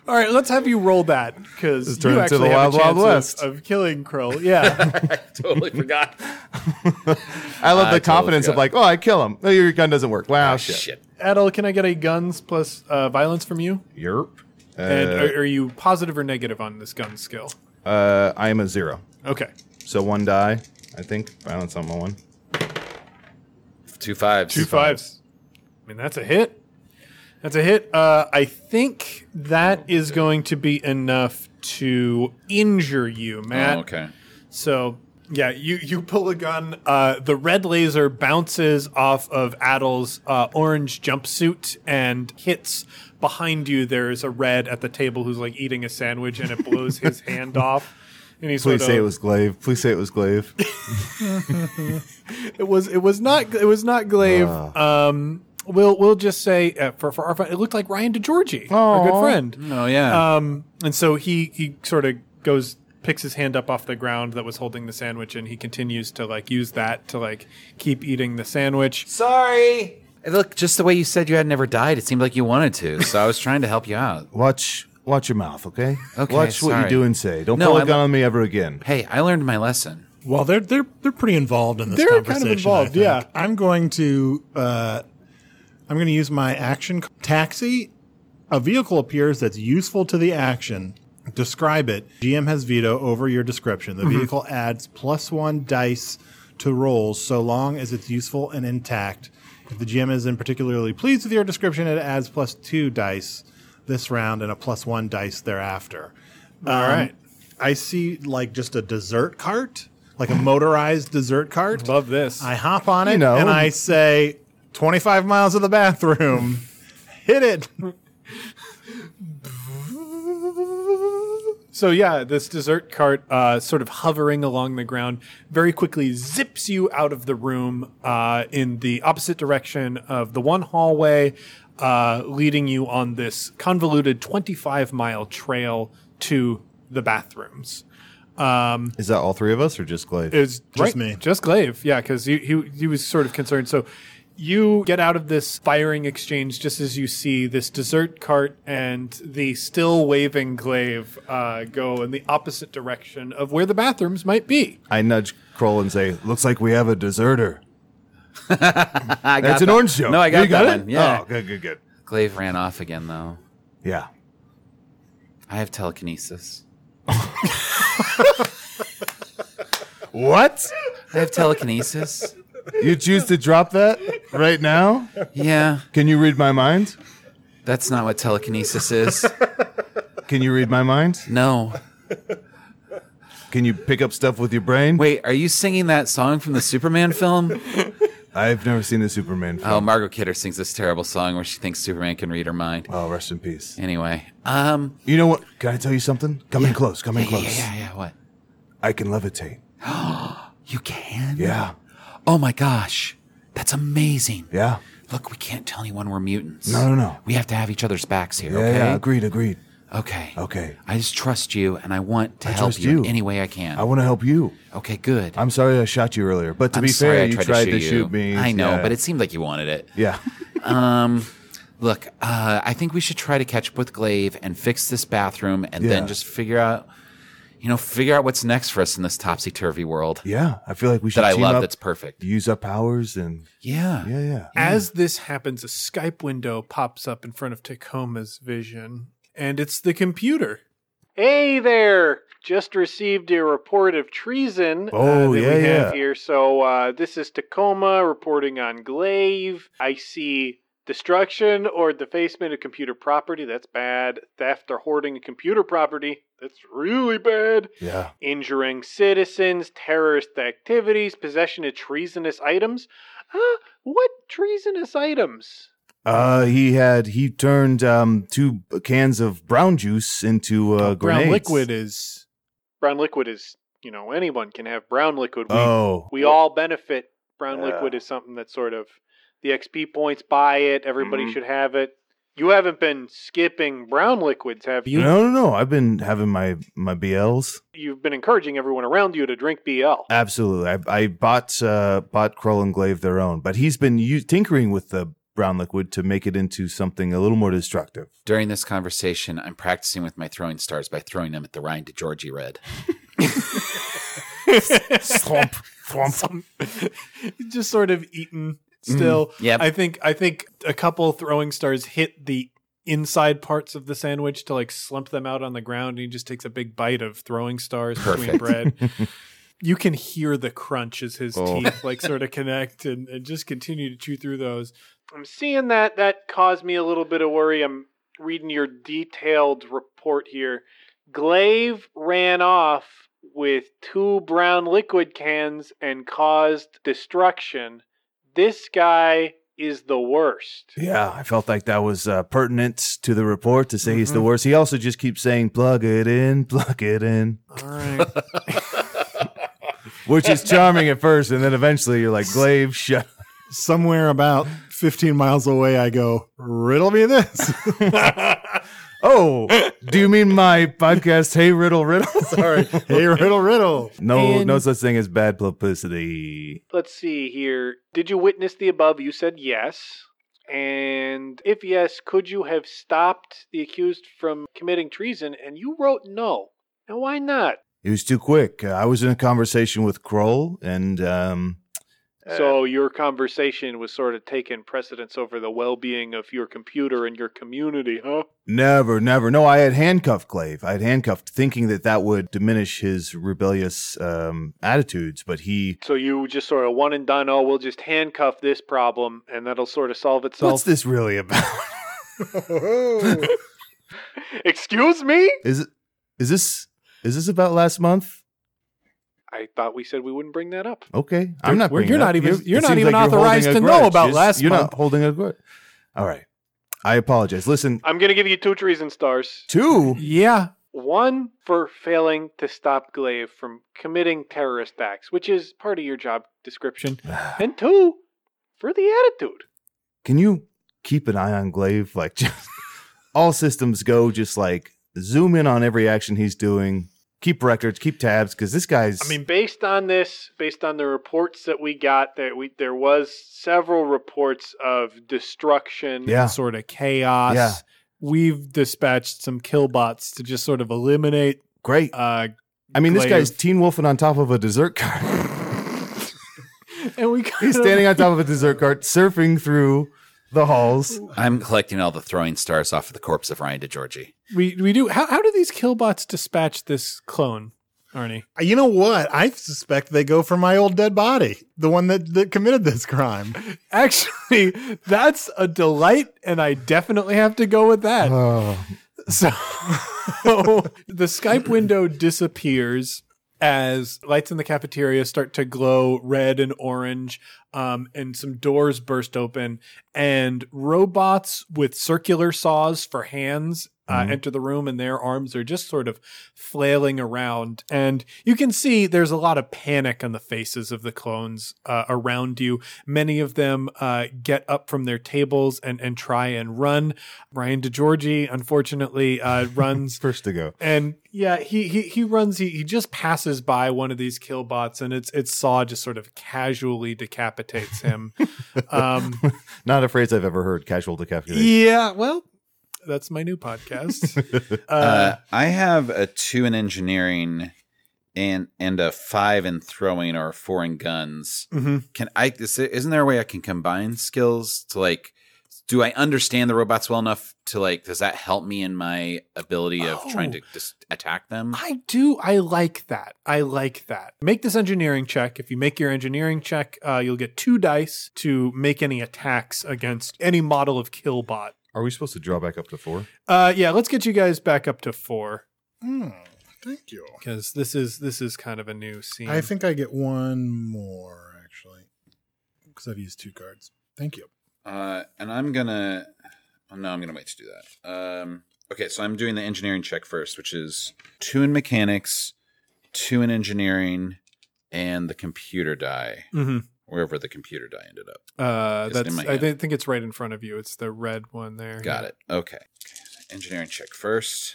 S1: All right, let's have you roll that because
S2: Just
S1: you
S2: turn it to
S1: actually
S2: the
S1: have
S2: Wild Wild
S1: a chance
S2: West.
S1: of, of killing Krill. Yeah,
S3: totally forgot.
S2: I love
S3: I totally
S2: the confidence of
S3: forgot.
S2: like, oh, I kill him. No, your gun doesn't work. Wow, shit.
S3: Shit.
S1: Adel, can I get a guns plus uh, violence from you?
S2: Yerp.
S1: and
S2: Uh,
S1: are, are you positive or negative on this gun skill?
S2: uh, I am a zero.
S1: Okay.
S2: So one die, I think. Balance on my one.
S3: Two fives.
S1: Two fives. I mean, that's a hit. That's a hit. Uh, I think that is going to be enough to injure you, Matt.
S3: Oh, okay.
S1: So yeah, you you pull a gun. Uh, the red laser bounces off of Adel's uh, orange jumpsuit and hits behind you. There is a red at the table who's like eating a sandwich, and it blows his hand off. And he's
S2: Please
S1: sort
S2: say
S1: of,
S2: it was glaive. Please say it was glaive.
S1: It was. It was not. It was not Glaive.
S2: Ah.
S1: Um, we'll we'll just say uh, for for our fun, it looked like Ryan DeGiorgi, our good
S2: Mm.
S1: friend.
S3: Oh yeah.
S1: Um, and so he he sort of goes picks his hand up off the ground that was holding the sandwich, and he continues to like use that to like keep eating the sandwich.
S3: Sorry. Look, just the way you said you had never died, it seemed like you wanted to. So I was trying to help you out.
S2: watch, watch your mouth, okay?
S3: Okay,
S2: Watch what
S3: sorry.
S2: you do and say. Don't
S3: No,
S2: pull a
S3: I'm-
S2: gun on me ever again.
S3: Hey, I learned my lesson.
S4: Well, they're they're they're pretty involved in this
S1: They're kind of
S4: conversation.
S1: involved,
S4: I think.
S1: yeah.
S4: I'm going to uh, I'm going to use my action c- taxi. A vehicle appears that's useful to the action. Describe it. GM has veto over your description. The vehicle adds plus one dice to rolls so long as it's useful and intact. If the GM isn't particularly pleased with your description, it adds plus two dice this round and a plus one dice thereafter. All right. I see like just a dessert cart, like a motorized dessert cart.
S1: Love this.
S4: I hop on it
S2: know.
S4: and I say, 25 miles to the bathroom. Hit it.
S1: So yeah, this dessert cart, uh, sort of hovering along the ground, very quickly zips you out of the room uh, in the opposite direction of the one hallway, uh, leading you on this convoluted twenty-five mile trail to the bathrooms. Um,
S2: Is that all three of us or just glaive?
S1: it was just
S4: me.
S1: just Glaive, yeah, because he, he he was sort of concerned. So
S8: You get out of this firing exchange just as you see this dessert cart and the still waving glaive uh, go in the opposite direction of where the bathrooms might be.
S2: I nudge Kroll and say, "Looks like we have a deserter."
S3: I got
S2: That's an
S3: that-
S2: orange joke.
S3: No, I got
S2: you got
S3: that
S2: it.
S3: one. Yeah.
S2: Oh, good, good, good.
S3: Glaive ran off again, though.
S2: Yeah.
S3: I have telekinesis.
S2: What?
S3: I have telekinesis.
S2: You choose to drop that right now?
S3: Yeah,
S2: Can you read my mind?
S3: that's not what telekinesis is.
S2: Can you read my mind?
S3: No.
S2: Can you pick up stuff with your brain?
S3: Wait, are you singing that song from the Superman film?
S2: I've never seen a Superman film.
S3: Oh, Margot Kidder sings this terrible song where she thinks Superman can read her mind.
S2: Oh, rest in peace.
S3: Anyway, um,
S2: You know what? Can I tell you something? Come in close. Come in
S3: yeah,
S2: close.
S3: yeah, yeah, yeah, what?
S2: I can levitate.
S3: You can?
S2: Yeah.
S3: Oh my gosh, that's amazing.
S2: Yeah.
S3: Look, we can't tell anyone we're mutants.
S2: No, no, no.
S3: We have to have each other's backs here.
S2: Yeah,
S3: okay.
S2: yeah. Agreed, agreed.
S3: Okay.
S2: Okay.
S3: I just trust you, and I want to help
S2: trust
S3: you, in
S2: you.
S3: any way I can.
S2: I want to help you.
S3: okay, good.
S2: I'm sorry I shot you earlier, but to
S3: I'm
S2: be
S3: sorry
S2: fair,
S3: I
S2: you
S3: tried,
S2: tried to shoot,
S3: you.
S2: me.
S3: I know,
S2: Yeah.
S3: but it seemed like you wanted it.
S2: Yeah.
S3: Um, look, uh, I think we should try to catch up with Glaive and fix this bathroom, and then
S2: Yeah.
S3: just figure out, you know, figure out what's next for us in this topsy turvy world
S2: Yeah. I feel like we should
S3: that I
S2: team
S3: love.
S2: up,
S3: That's perfect.
S2: use up powers and
S3: Yeah.
S2: yeah, yeah.
S8: As this happens, a Skype window pops up in front of Tacoma's vision, and it's the computer.
S1: Hey there! Just received a report of treason uh,
S2: Oh,
S1: that
S2: yeah,
S1: we have
S2: yeah.
S1: here. So uh, this is Tacoma reporting on Glaive. I see destruction or defacement of computer property. That's bad. Theft or hoarding of computer property. That's really bad.
S2: Yeah.
S1: Injuring citizens, terrorist activities, possession of treasonous items. Huh? What treasonous items?
S2: Uh, he had he turned um two cans of brown juice into
S1: Oh,
S2: uh, grenades.
S8: Brown liquid is
S1: Brown liquid is, you know, anyone can have brown liquid. We
S2: Oh,
S1: we all benefit. Brown
S2: Yeah.
S1: liquid is something that sort of the XP points buy it. Everybody
S2: Mhm.
S1: should have it. You haven't been skipping brown liquids, have you?
S2: no, no, no! I've been having my my BLs.
S1: You've been encouraging everyone around you to drink BL.
S2: Absolutely, I, I bought uh bought Kroll and Glaive their own, but he's been u- tinkering with the brown liquid to make it into something a little more destructive.
S3: During this conversation, I'm practicing with my throwing stars by throwing them at the Rhine to Georgie Red.
S2: Thwomp, thwomp.
S8: just sort of eaten
S2: Mm-hmm.
S8: still.
S3: Yep.
S8: I think I think a couple throwing stars hit the inside parts of the sandwich to like slump them out on the ground and he just takes a big bite of throwing stars between
S3: Perfect.
S8: bread. You can hear the crunch as his
S2: Oh.
S8: teeth like sort of connect and, and just continue to chew through those.
S1: I'm seeing that. That caused me a little bit of worry. I'm reading your detailed report here. Glaive ran off with two brown liquid cans and caused destruction. This guy is the worst.
S2: Yeah, I felt like that was uh, pertinent to the report to say he's
S1: Mm-hmm.
S2: the worst. He also just keeps saying plug it in, plug it in,
S8: All right.
S2: which is charming at first, and then eventually you're like Glaive, shut.
S4: Somewhere about 15 miles away, I go, riddle me this.
S2: Oh, do you mean my podcast? Hey, riddle, riddle. Sorry.
S4: hey, riddle, riddle.
S2: No,
S8: And-
S2: no such thing as bad publicity.
S1: Let's see here. Did you witness the above? You said yes. And if yes, could you have stopped the accused from committing treason? And you wrote no. Now, why not?
S2: It was too quick. Uh, I was in a conversation with Kroll, and um,
S1: So your conversation was sort of taking precedence over the well-being of your computer and your community, huh?
S2: never, never. No, I had handcuffed Glaive. I had handcuffed, thinking that that would diminish his rebellious um, attitudes, but he.
S1: So you just sort of one and done. Oh, we'll just handcuff this problem, and that'll sort of solve
S2: What's
S1: itself.
S2: this really about?
S1: Excuse me?
S2: is it? Is this? Is this about last month?
S1: I thought we said we wouldn't bring that up.
S2: Okay, I'm not.
S8: We're-
S2: bringing
S8: you're
S2: it up.
S8: not even-
S2: it
S8: you're not
S2: seems
S8: even
S2: holding
S8: authorized
S2: a
S8: to know
S2: grudge.
S8: about
S2: You're-
S8: last
S2: You're
S8: month.
S2: not holding a grudge. All right, I apologize. Listen,
S1: I'm gonna give you two treason stars.
S2: two.
S8: yeah.
S1: One for failing to stop Glaive from committing terrorist acts, which is part of your job description, and two for the attitude.
S2: Can you keep an eye on Glaive? Like, just all systems go. Just like zoom in on every action he's doing. keep records, keep tabs, because this guy's.
S1: I mean, based on this, based on the reports that we got, that we there was several reports of destruction,
S2: Yeah.
S1: and sort of chaos.
S2: Yeah.
S1: We've dispatched some killbots to just sort of eliminate.
S2: great.
S1: Uh,
S2: I mean, this
S1: Glaive.
S2: guy's teen wolfing on top of a dessert cart.
S1: and we got
S2: He's standing on top of a dessert cart, surfing through the halls.
S3: I'm collecting all the throwing stars off of the corpse of Ryan DeGiorgi.
S1: we we do. How how do these killbots dispatch this clone, Arnie?
S4: You know what? I suspect they go for my old dead body, the one that, that committed this crime.
S1: Actually, that's a delight, and I definitely have to go with that. So, the Skype window disappears as lights in the cafeteria start to glow red and orange, um, and some doors burst open, and robots with circular saws for hands. Uh, Enter the room and their arms are just sort of flailing around. And you can see there's a lot of panic on the faces of the clones uh, around you. Many of them uh, get up from their tables and, and try and run. Ryan DeGiorgi, unfortunately, uh, runs
S2: First to go.
S1: and yeah, he he he runs. He, he just passes by one of these killbots, and it's it's Saw just sort of casually decapitates him. um,
S2: Not a phrase I've ever heard. Casual decapitation.
S1: yeah, well, that's my new podcast. Uh,
S3: Uh, I have a two in engineering and and a five in throwing or four in guns.
S1: mhm.
S3: Can I? Is there, isn't there a way I can combine skills to like? Do I understand the robots well enough to like? Does that help me in my ability of trying to just attack them?
S1: I do. I like that. I like that. Make this engineering check. If you make your engineering check, uh, you'll get two dice to make any attacks against any model of killbot.
S2: Are we supposed to draw back up to four?
S1: Uh, yeah, let's get you guys back up to four
S4: Hmm, thank you.
S1: because this is this is kind of a new scene.
S4: I think I get one more, actually, because I've used two cards. Thank you.
S3: Uh, and I'm gonna. Oh, no, I'm gonna wait to do that. Um, okay, so I'm doing the engineering check first, which is two in mechanics, two in engineering, and the computer die
S1: Mhm.
S3: wherever the computer die ended up.
S1: Uh,
S3: Is it
S1: that's
S3: in my
S1: I
S3: hand?
S1: thi- think it's right in front of you. It's the red one there.
S3: Got it. Okay. Engineering check first.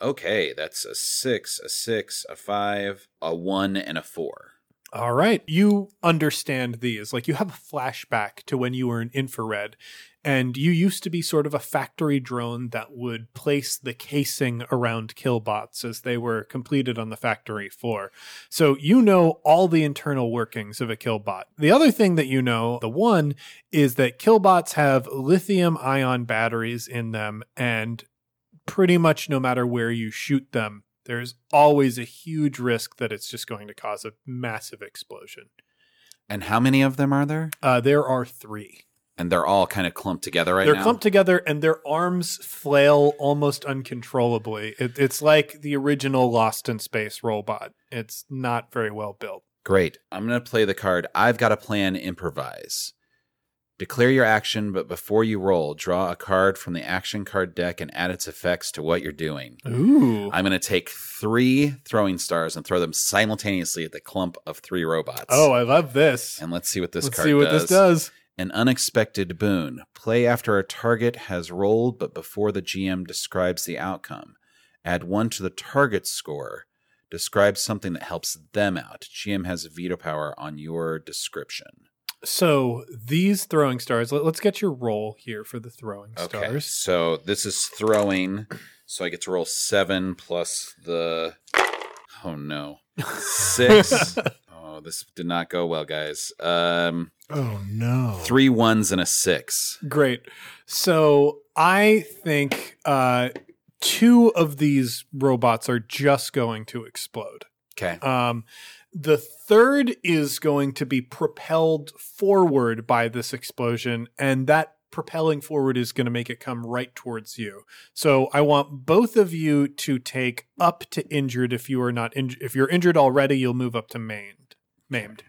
S3: Okay, that's a six, a six, a five, a one, and a four.
S1: All right. You understand these. Like you have a flashback to when you were in infrared and you used to be sort of a factory drone that would place the casing around killbots as they were completed on the factory floor. So you know all the internal workings of a killbot. The other thing that you know, the one is that killbots have lithium ion batteries in them and pretty much no matter where you shoot them, there's always a huge risk that it's just going to cause a massive explosion.
S3: And how many of them are there?
S1: Uh, there are three.
S3: And they're all kind of clumped together right
S1: they're
S3: now.
S1: clumped together and their arms flail almost uncontrollably. It, it's like the original Lost in Space robot. It's not very well built.
S3: Great. I'm going to play the card. I've got a plan. Improvise. Declare your action, but before you roll, draw a card from the action card deck and add its effects to what you're doing.
S1: Ooh.
S3: I'm going to take three throwing stars and throw them simultaneously at the clump of three robots.
S1: Oh, I love this.
S3: and let's see what this
S1: Let's
S3: card
S1: see what
S3: does.
S1: this does.
S3: An unexpected boon. Play after a target has rolled, but before the GM describes the outcome. Add one to the target score. Describe something that helps them out. GM has veto power on your description.
S1: So these throwing stars, let, us get your roll here for the throwing stars.
S3: So this is throwing. So I get to roll seven plus the. Oh no. Six. oh, this did not go well, guys. Um,
S4: Oh no!
S3: three ones and a six.
S1: Great. So I think uh, two of these robots are just going to explode.
S3: Okay.
S1: Um, the third is going to be propelled forward by this explosion, and that propelling forward is going to make it come right towards you. So I want both of you to take up to injured. If you are not inj- if you're injured already, you'll move up to maimed. Maimed.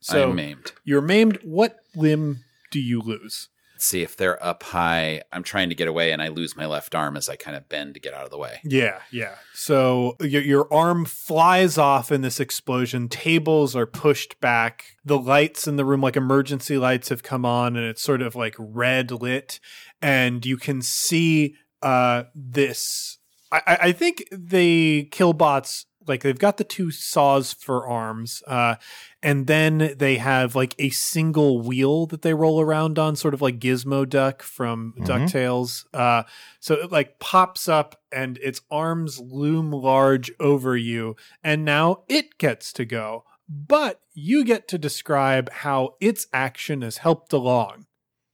S1: So
S3: I'm maimed.
S1: you're maimed. What limb do you lose?
S3: see if they're up high. I'm trying to get away and I lose my left arm as I kind of bend to get out of the way.
S1: Yeah, yeah. So your, your arm flies off in this explosion. Tables are pushed back. The lights in the room, like emergency lights, have come on and it's sort of like red lit. And you can see uh, this. I- I, I I think they kill bots like they've got the two saws for arms, uh, and then they have like a single wheel that they roll around on, sort of like Gizmo Duck from Ducktales. Uh, so it like pops up, and its arms loom large over you, and now it gets to go, but you get to describe how its action has helped along.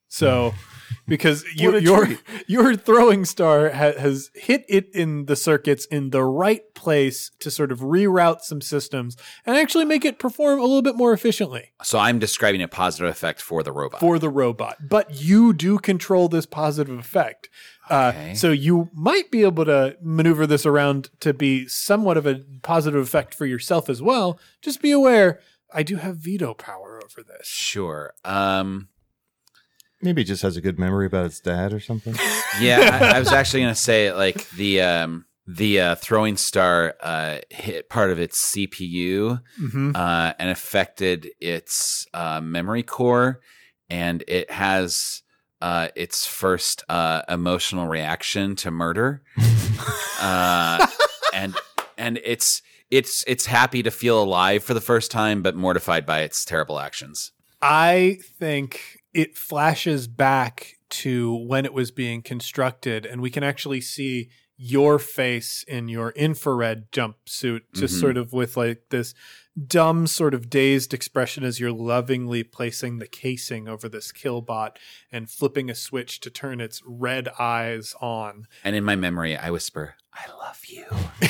S1: So. Because you, your your throwing star ha- has hit it in the circuits in the right place to sort of reroute some systems and actually make it perform a little bit more efficiently
S3: So I'm describing a positive effect for the robot.
S1: for the robot. But you do control this positive effect.
S3: Okay.
S1: Uh, so you might be able to maneuver this around to be somewhat of a positive effect for yourself as well. Just be aware, I do have veto power over this.
S3: sure. Um,
S2: Maybe it just has a good memory about its dad or something.
S3: yeah, I, I was actually going to say like the um, the uh, throwing star uh, hit part of its CPU uh, and affected its uh, memory core, and it has uh, its first uh, emotional reaction to murder, uh, and and it's it's it's happy to feel alive for the first time, but mortified by its terrible actions.
S1: I think it flashes back to when it was being constructed, and we can actually see your face in your infrared jumpsuit, just
S3: Mhm.
S1: sort of with like this dumb, sort of dazed expression as you're lovingly placing the casing over this killbot and flipping a switch to turn its red eyes on.
S3: And in my memory, I whisper, "I love you."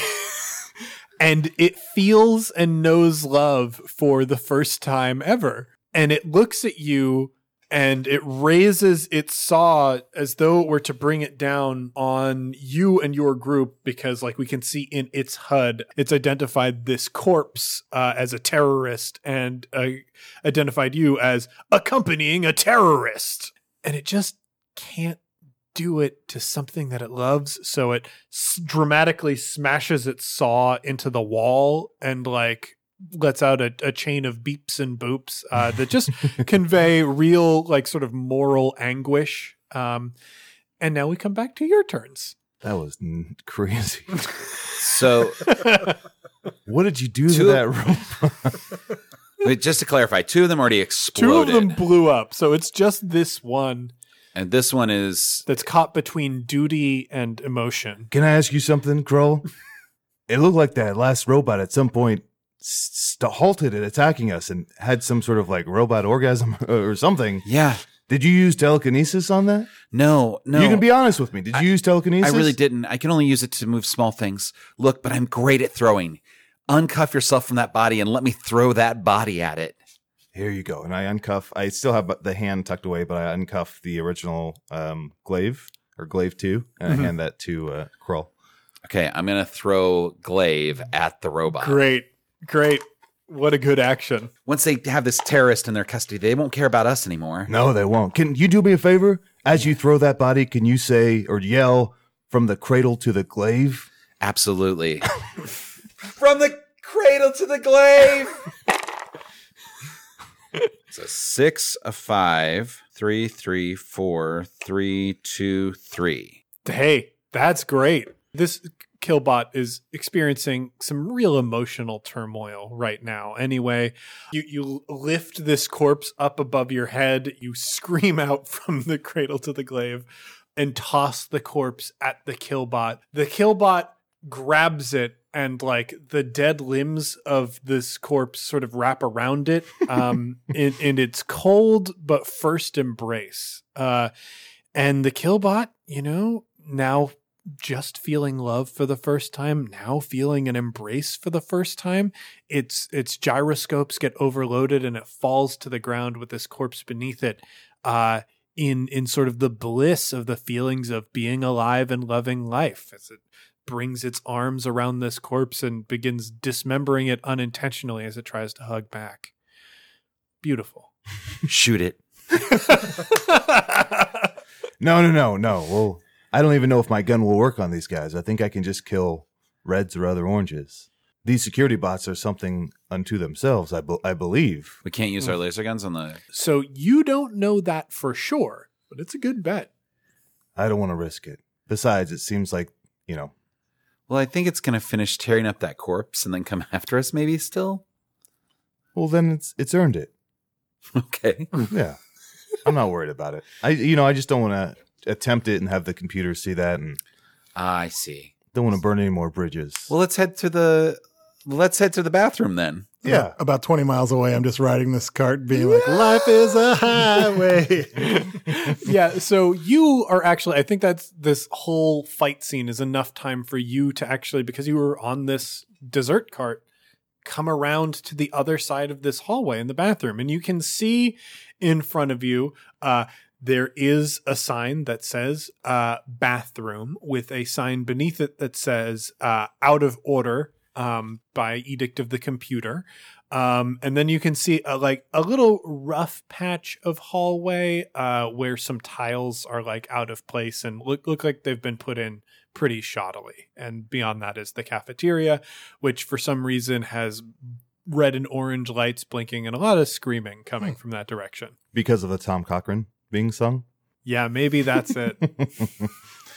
S1: and it feels and knows love for the first time ever. And it looks at you and it raises its saw as though it were to bring it down on you and your group because, like, we can see in its HUD, it's identified this corpse uh, as a terrorist and uh, identified you as accompanying a terrorist. And it just can't do it to something that it loves. So it s- dramatically smashes its saw into the wall and like lets out a, a chain of beeps and boops uh, that just convey real like sort of moral anguish. Um, and now we come back to your turns.
S2: That was n- crazy.
S3: So
S2: What did you do to
S3: Two-
S2: that room?
S3: But just to clarify, two of them already
S1: Two
S3: exploded,
S1: of them blew up, so it's just this one
S3: and this one is
S1: that's caught between duty and emotion.
S2: Can I ask you something, Kroll? it looked like that last robot at some point st- halted at attacking us and had some sort of like robot orgasm or something.
S3: yeah.
S2: Did you use telekinesis on that?
S3: No, no.
S2: You can be honest with me. Did you use
S3: I
S2: telekinesis?
S3: really didn't. I can only use it to move small things. Look, but I'm great at throwing. Uncuff yourself from that body and let me throw that body at it.
S2: Here you go. And I uncuff. I still have the hand tucked away, but I uncuff the original um, glaive or glaive two, and
S3: Mm-hmm.
S2: I hand that to uh, Kroll.
S3: Okay, I'm gonna throw glaive at the robot.
S1: Great, great. What a good action.
S3: Once they have this terrorist in their custody, they won't care about us anymore.
S2: No, they won't. Can you do me a favor? As you throw that body, can you say or yell from the cradle to the glaive?
S3: Absolutely. From the cradle to the glaive. it's a six, a five, three, three, four, three, two, three.
S1: Hey, that's great. This Killbot is experiencing some real emotional turmoil right now. Anyway, you you lift this corpse up above your head, you scream out from the cradle to the glaive and toss the corpse at the Killbot. The Killbot grabs it and like the dead limbs of this corpse sort of wrap around it um in, in its cold but first embrace uh and the killbot you know now just feeling love for the first time now feeling an embrace for the first time its its gyroscopes get overloaded and it falls to the ground with this corpse beneath it uh in in sort of the bliss of the feelings of being alive and loving life as it brings its arms around this corpse and begins dismembering it unintentionally as it tries to hug back beautiful
S3: Shoot it.
S2: No, no, no, no. Well, I don't even know if my gun will work on these guys. I think I can just kill reds or other oranges. These security bots are something unto themselves, I, be- I believe.
S3: We can't use our laser guns on the.
S1: So you don't know that for sure, but it's a good bet.
S2: I don't want to risk it. Besides, it seems like, you know,
S3: Well, I think it's going to finish tearing up that corpse and then come after us, maybe still.
S2: Well, then it's it's earned it.
S3: Okay.
S2: Yeah, I'm not worried about it. I you know I just don't want to attempt it and have the computer see that, and
S3: Ah, I see.
S2: don't want to burn any more bridges.
S3: Well, let's head to the let's head to the bathroom then.
S2: yeah,
S4: About 20 miles away, I'm just riding this cart being like, life is a highway.
S10: yeah, so you are actually I think that's this whole fight scene is enough time for you to actually because you were on this dessert cart come around to the other side of this hallway in the bathroom and you can see in front of you uh there is a sign that says uh bathroom with a sign beneath it that says uh out of order um by edict of the computer um, and then you can see a, like a little rough patch of hallway uh, where some tiles are like out of place and look look like they've been put in pretty shoddily. And beyond that is the cafeteria, which for some reason has red and orange lights blinking and a lot of screaming coming from that direction.
S2: because of the Tom Cochran being sung.
S10: Yeah, maybe that's it.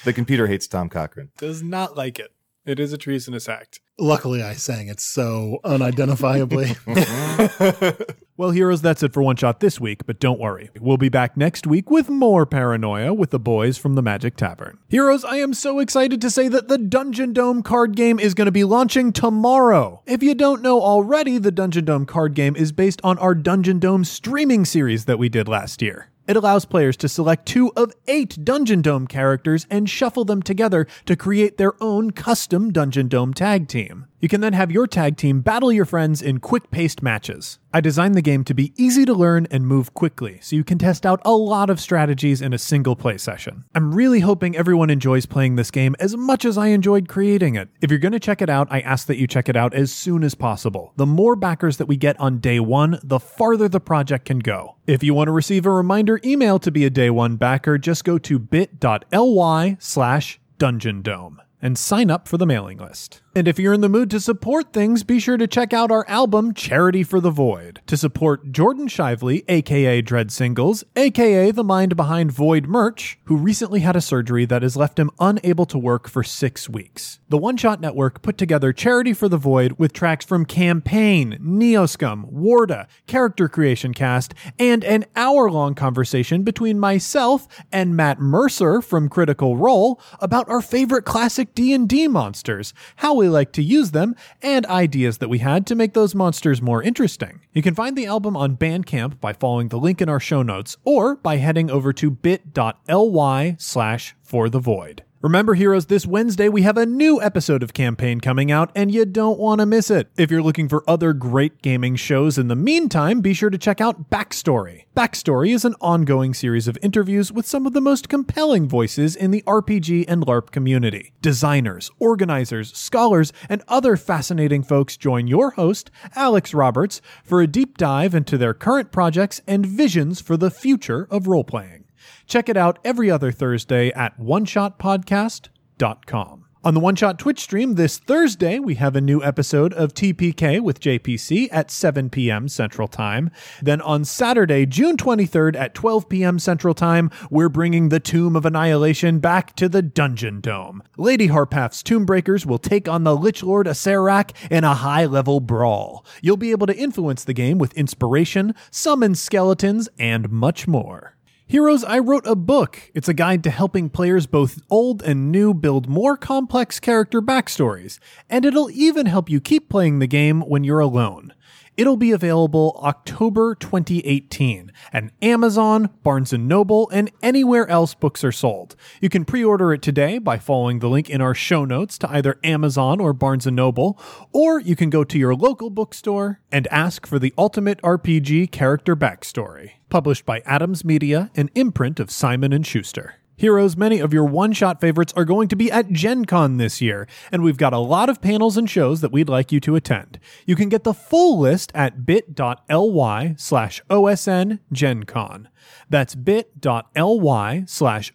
S2: The computer hates Tom Cochran.
S10: Does not like it. It is a treasonous act.
S4: Luckily, I sang it so unidentifiably.
S1: Well, heroes, that's it for One Shot this week, but don't worry. We'll be back next week with more paranoia with the boys from the Magic Tavern. Heroes, I am so excited to say that the Dungeon Dome card game is going to be launching tomorrow. If you don't know already, the Dungeon Dome card game is based on our Dungeon Dome streaming series that we did last year. It allows players to select two of eight Dungeon Dome characters and shuffle them together to create their own custom Dungeon Dome tag team. You can then have your tag team battle your friends in quick paced matches. I designed the game to be easy to learn and move quickly, so you can test out a lot of strategies in a single play session. I'm really hoping everyone enjoys playing this game as much as I enjoyed creating it. If you're going to check it out, I ask that you check it out as soon as possible. The more backers that we get on day one, the farther the project can go. If you want to receive a reminder email to be a day one backer, just go to bit.ly slash dungeon dome and sign up for the mailing list. And if you're in the mood to support things, be sure to check out our album Charity for the Void. To support Jordan Shively, aka Dread Singles, aka the mind behind Void merch, who recently had a surgery that has left him unable to work for 6 weeks. The One Shot Network put together Charity for the Void with tracks from Campaign, Neoscum, Warda, Character Creation Cast, and an hour-long conversation between myself and Matt Mercer from Critical Role about our favorite classic D&D monsters, how we like to use them, and ideas that we had to make those monsters more interesting. You can find the album on Bandcamp by following the link in our show notes or by heading over to bit.ly slash for the void. Remember, heroes, this Wednesday we have a new episode of Campaign coming out, and you don't want to miss it. If you're looking for other great gaming shows in the meantime, be sure to check out Backstory. Backstory is an ongoing series of interviews with some of the most compelling voices in the RPG and LARP community. Designers, organizers, scholars, and other fascinating folks join your host, Alex Roberts, for a deep dive into their current projects and visions for the future of role playing. Check it out every other Thursday at oneshotpodcast.com. On the One Shot Twitch stream this Thursday, we have a new episode of TPK with JPC at 7 p.m. Central Time. Then on Saturday, June 23rd at 12 p.m. Central Time, we're bringing the Tomb of Annihilation back to the Dungeon Dome. Lady Harpath's Tombbreakers will take on the Lich Lord Asarak in a high level brawl. You'll be able to influence the game with inspiration, summon skeletons, and much more. Heroes, I wrote a book. It's a guide to helping players both old and new build more complex character backstories, and it'll even help you keep playing the game when you're alone. It'll be available October 2018 at Amazon, Barnes & Noble, and anywhere else books are sold. You can pre-order it today by following the link in our show notes to either Amazon or Barnes & Noble, or you can go to your local bookstore and ask for the Ultimate RPG Character Backstory, published by Adams Media, an imprint of Simon and Schuster. Heroes, many of your one shot favorites are going to be at Gen Con this year, and we've got a lot of panels and shows that we'd like you to attend. You can get the full list at bit.ly slash OSN Gen Con. That's bit.ly slash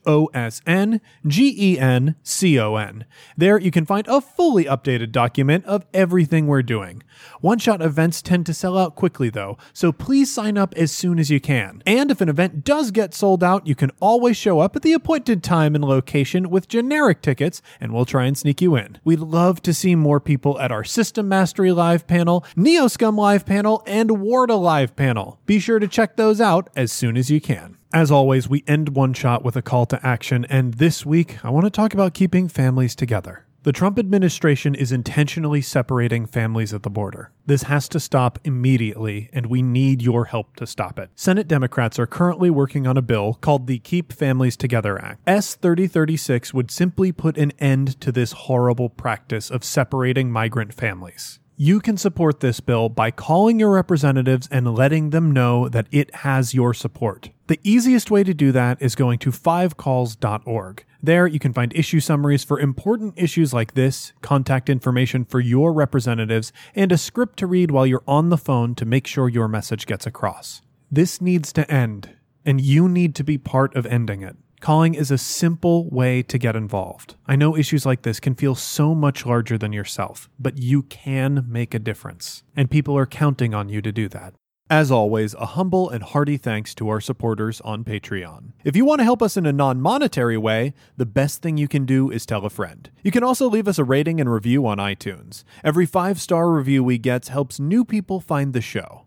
S1: E O-S-N-G-E-N-C-O-N. There you can find a fully updated document of everything we're doing. One-shot events tend to sell out quickly though, so please sign up as soon as you can. And if an event does get sold out, you can always show up at the appointed time and location with generic tickets and we'll try and sneak you in. We'd love to see more people at our System Mastery Live panel, Neo Scum Live panel, and Warda Live panel. Be sure to check those out as soon as you can. As always, we end one shot with a call to action, and this week I want to talk about keeping families together. The Trump administration is intentionally separating families at the border. This has to stop immediately, and we need your help to stop it. Senate Democrats are currently working on a bill called the Keep Families Together Act. S 3036 would simply put an end to this horrible practice of separating migrant families. You can support this bill by calling your representatives and letting them know that it has your support. The easiest way to do that is going to 5calls.org. There, you can find issue summaries for important issues like this, contact information for your representatives, and a script to read while you're on the phone to make sure your message gets across. This needs to end, and you need to be part of ending it. Calling is a simple way to get involved. I know issues like this can feel so much larger than yourself, but you can make a difference, and people are counting on you to do that. As always, a humble and hearty thanks to our supporters on Patreon. If you want to help us in a non monetary way, the best thing you can do is tell a friend. You can also leave us a rating and review on iTunes. Every five star review we get helps new people find the show.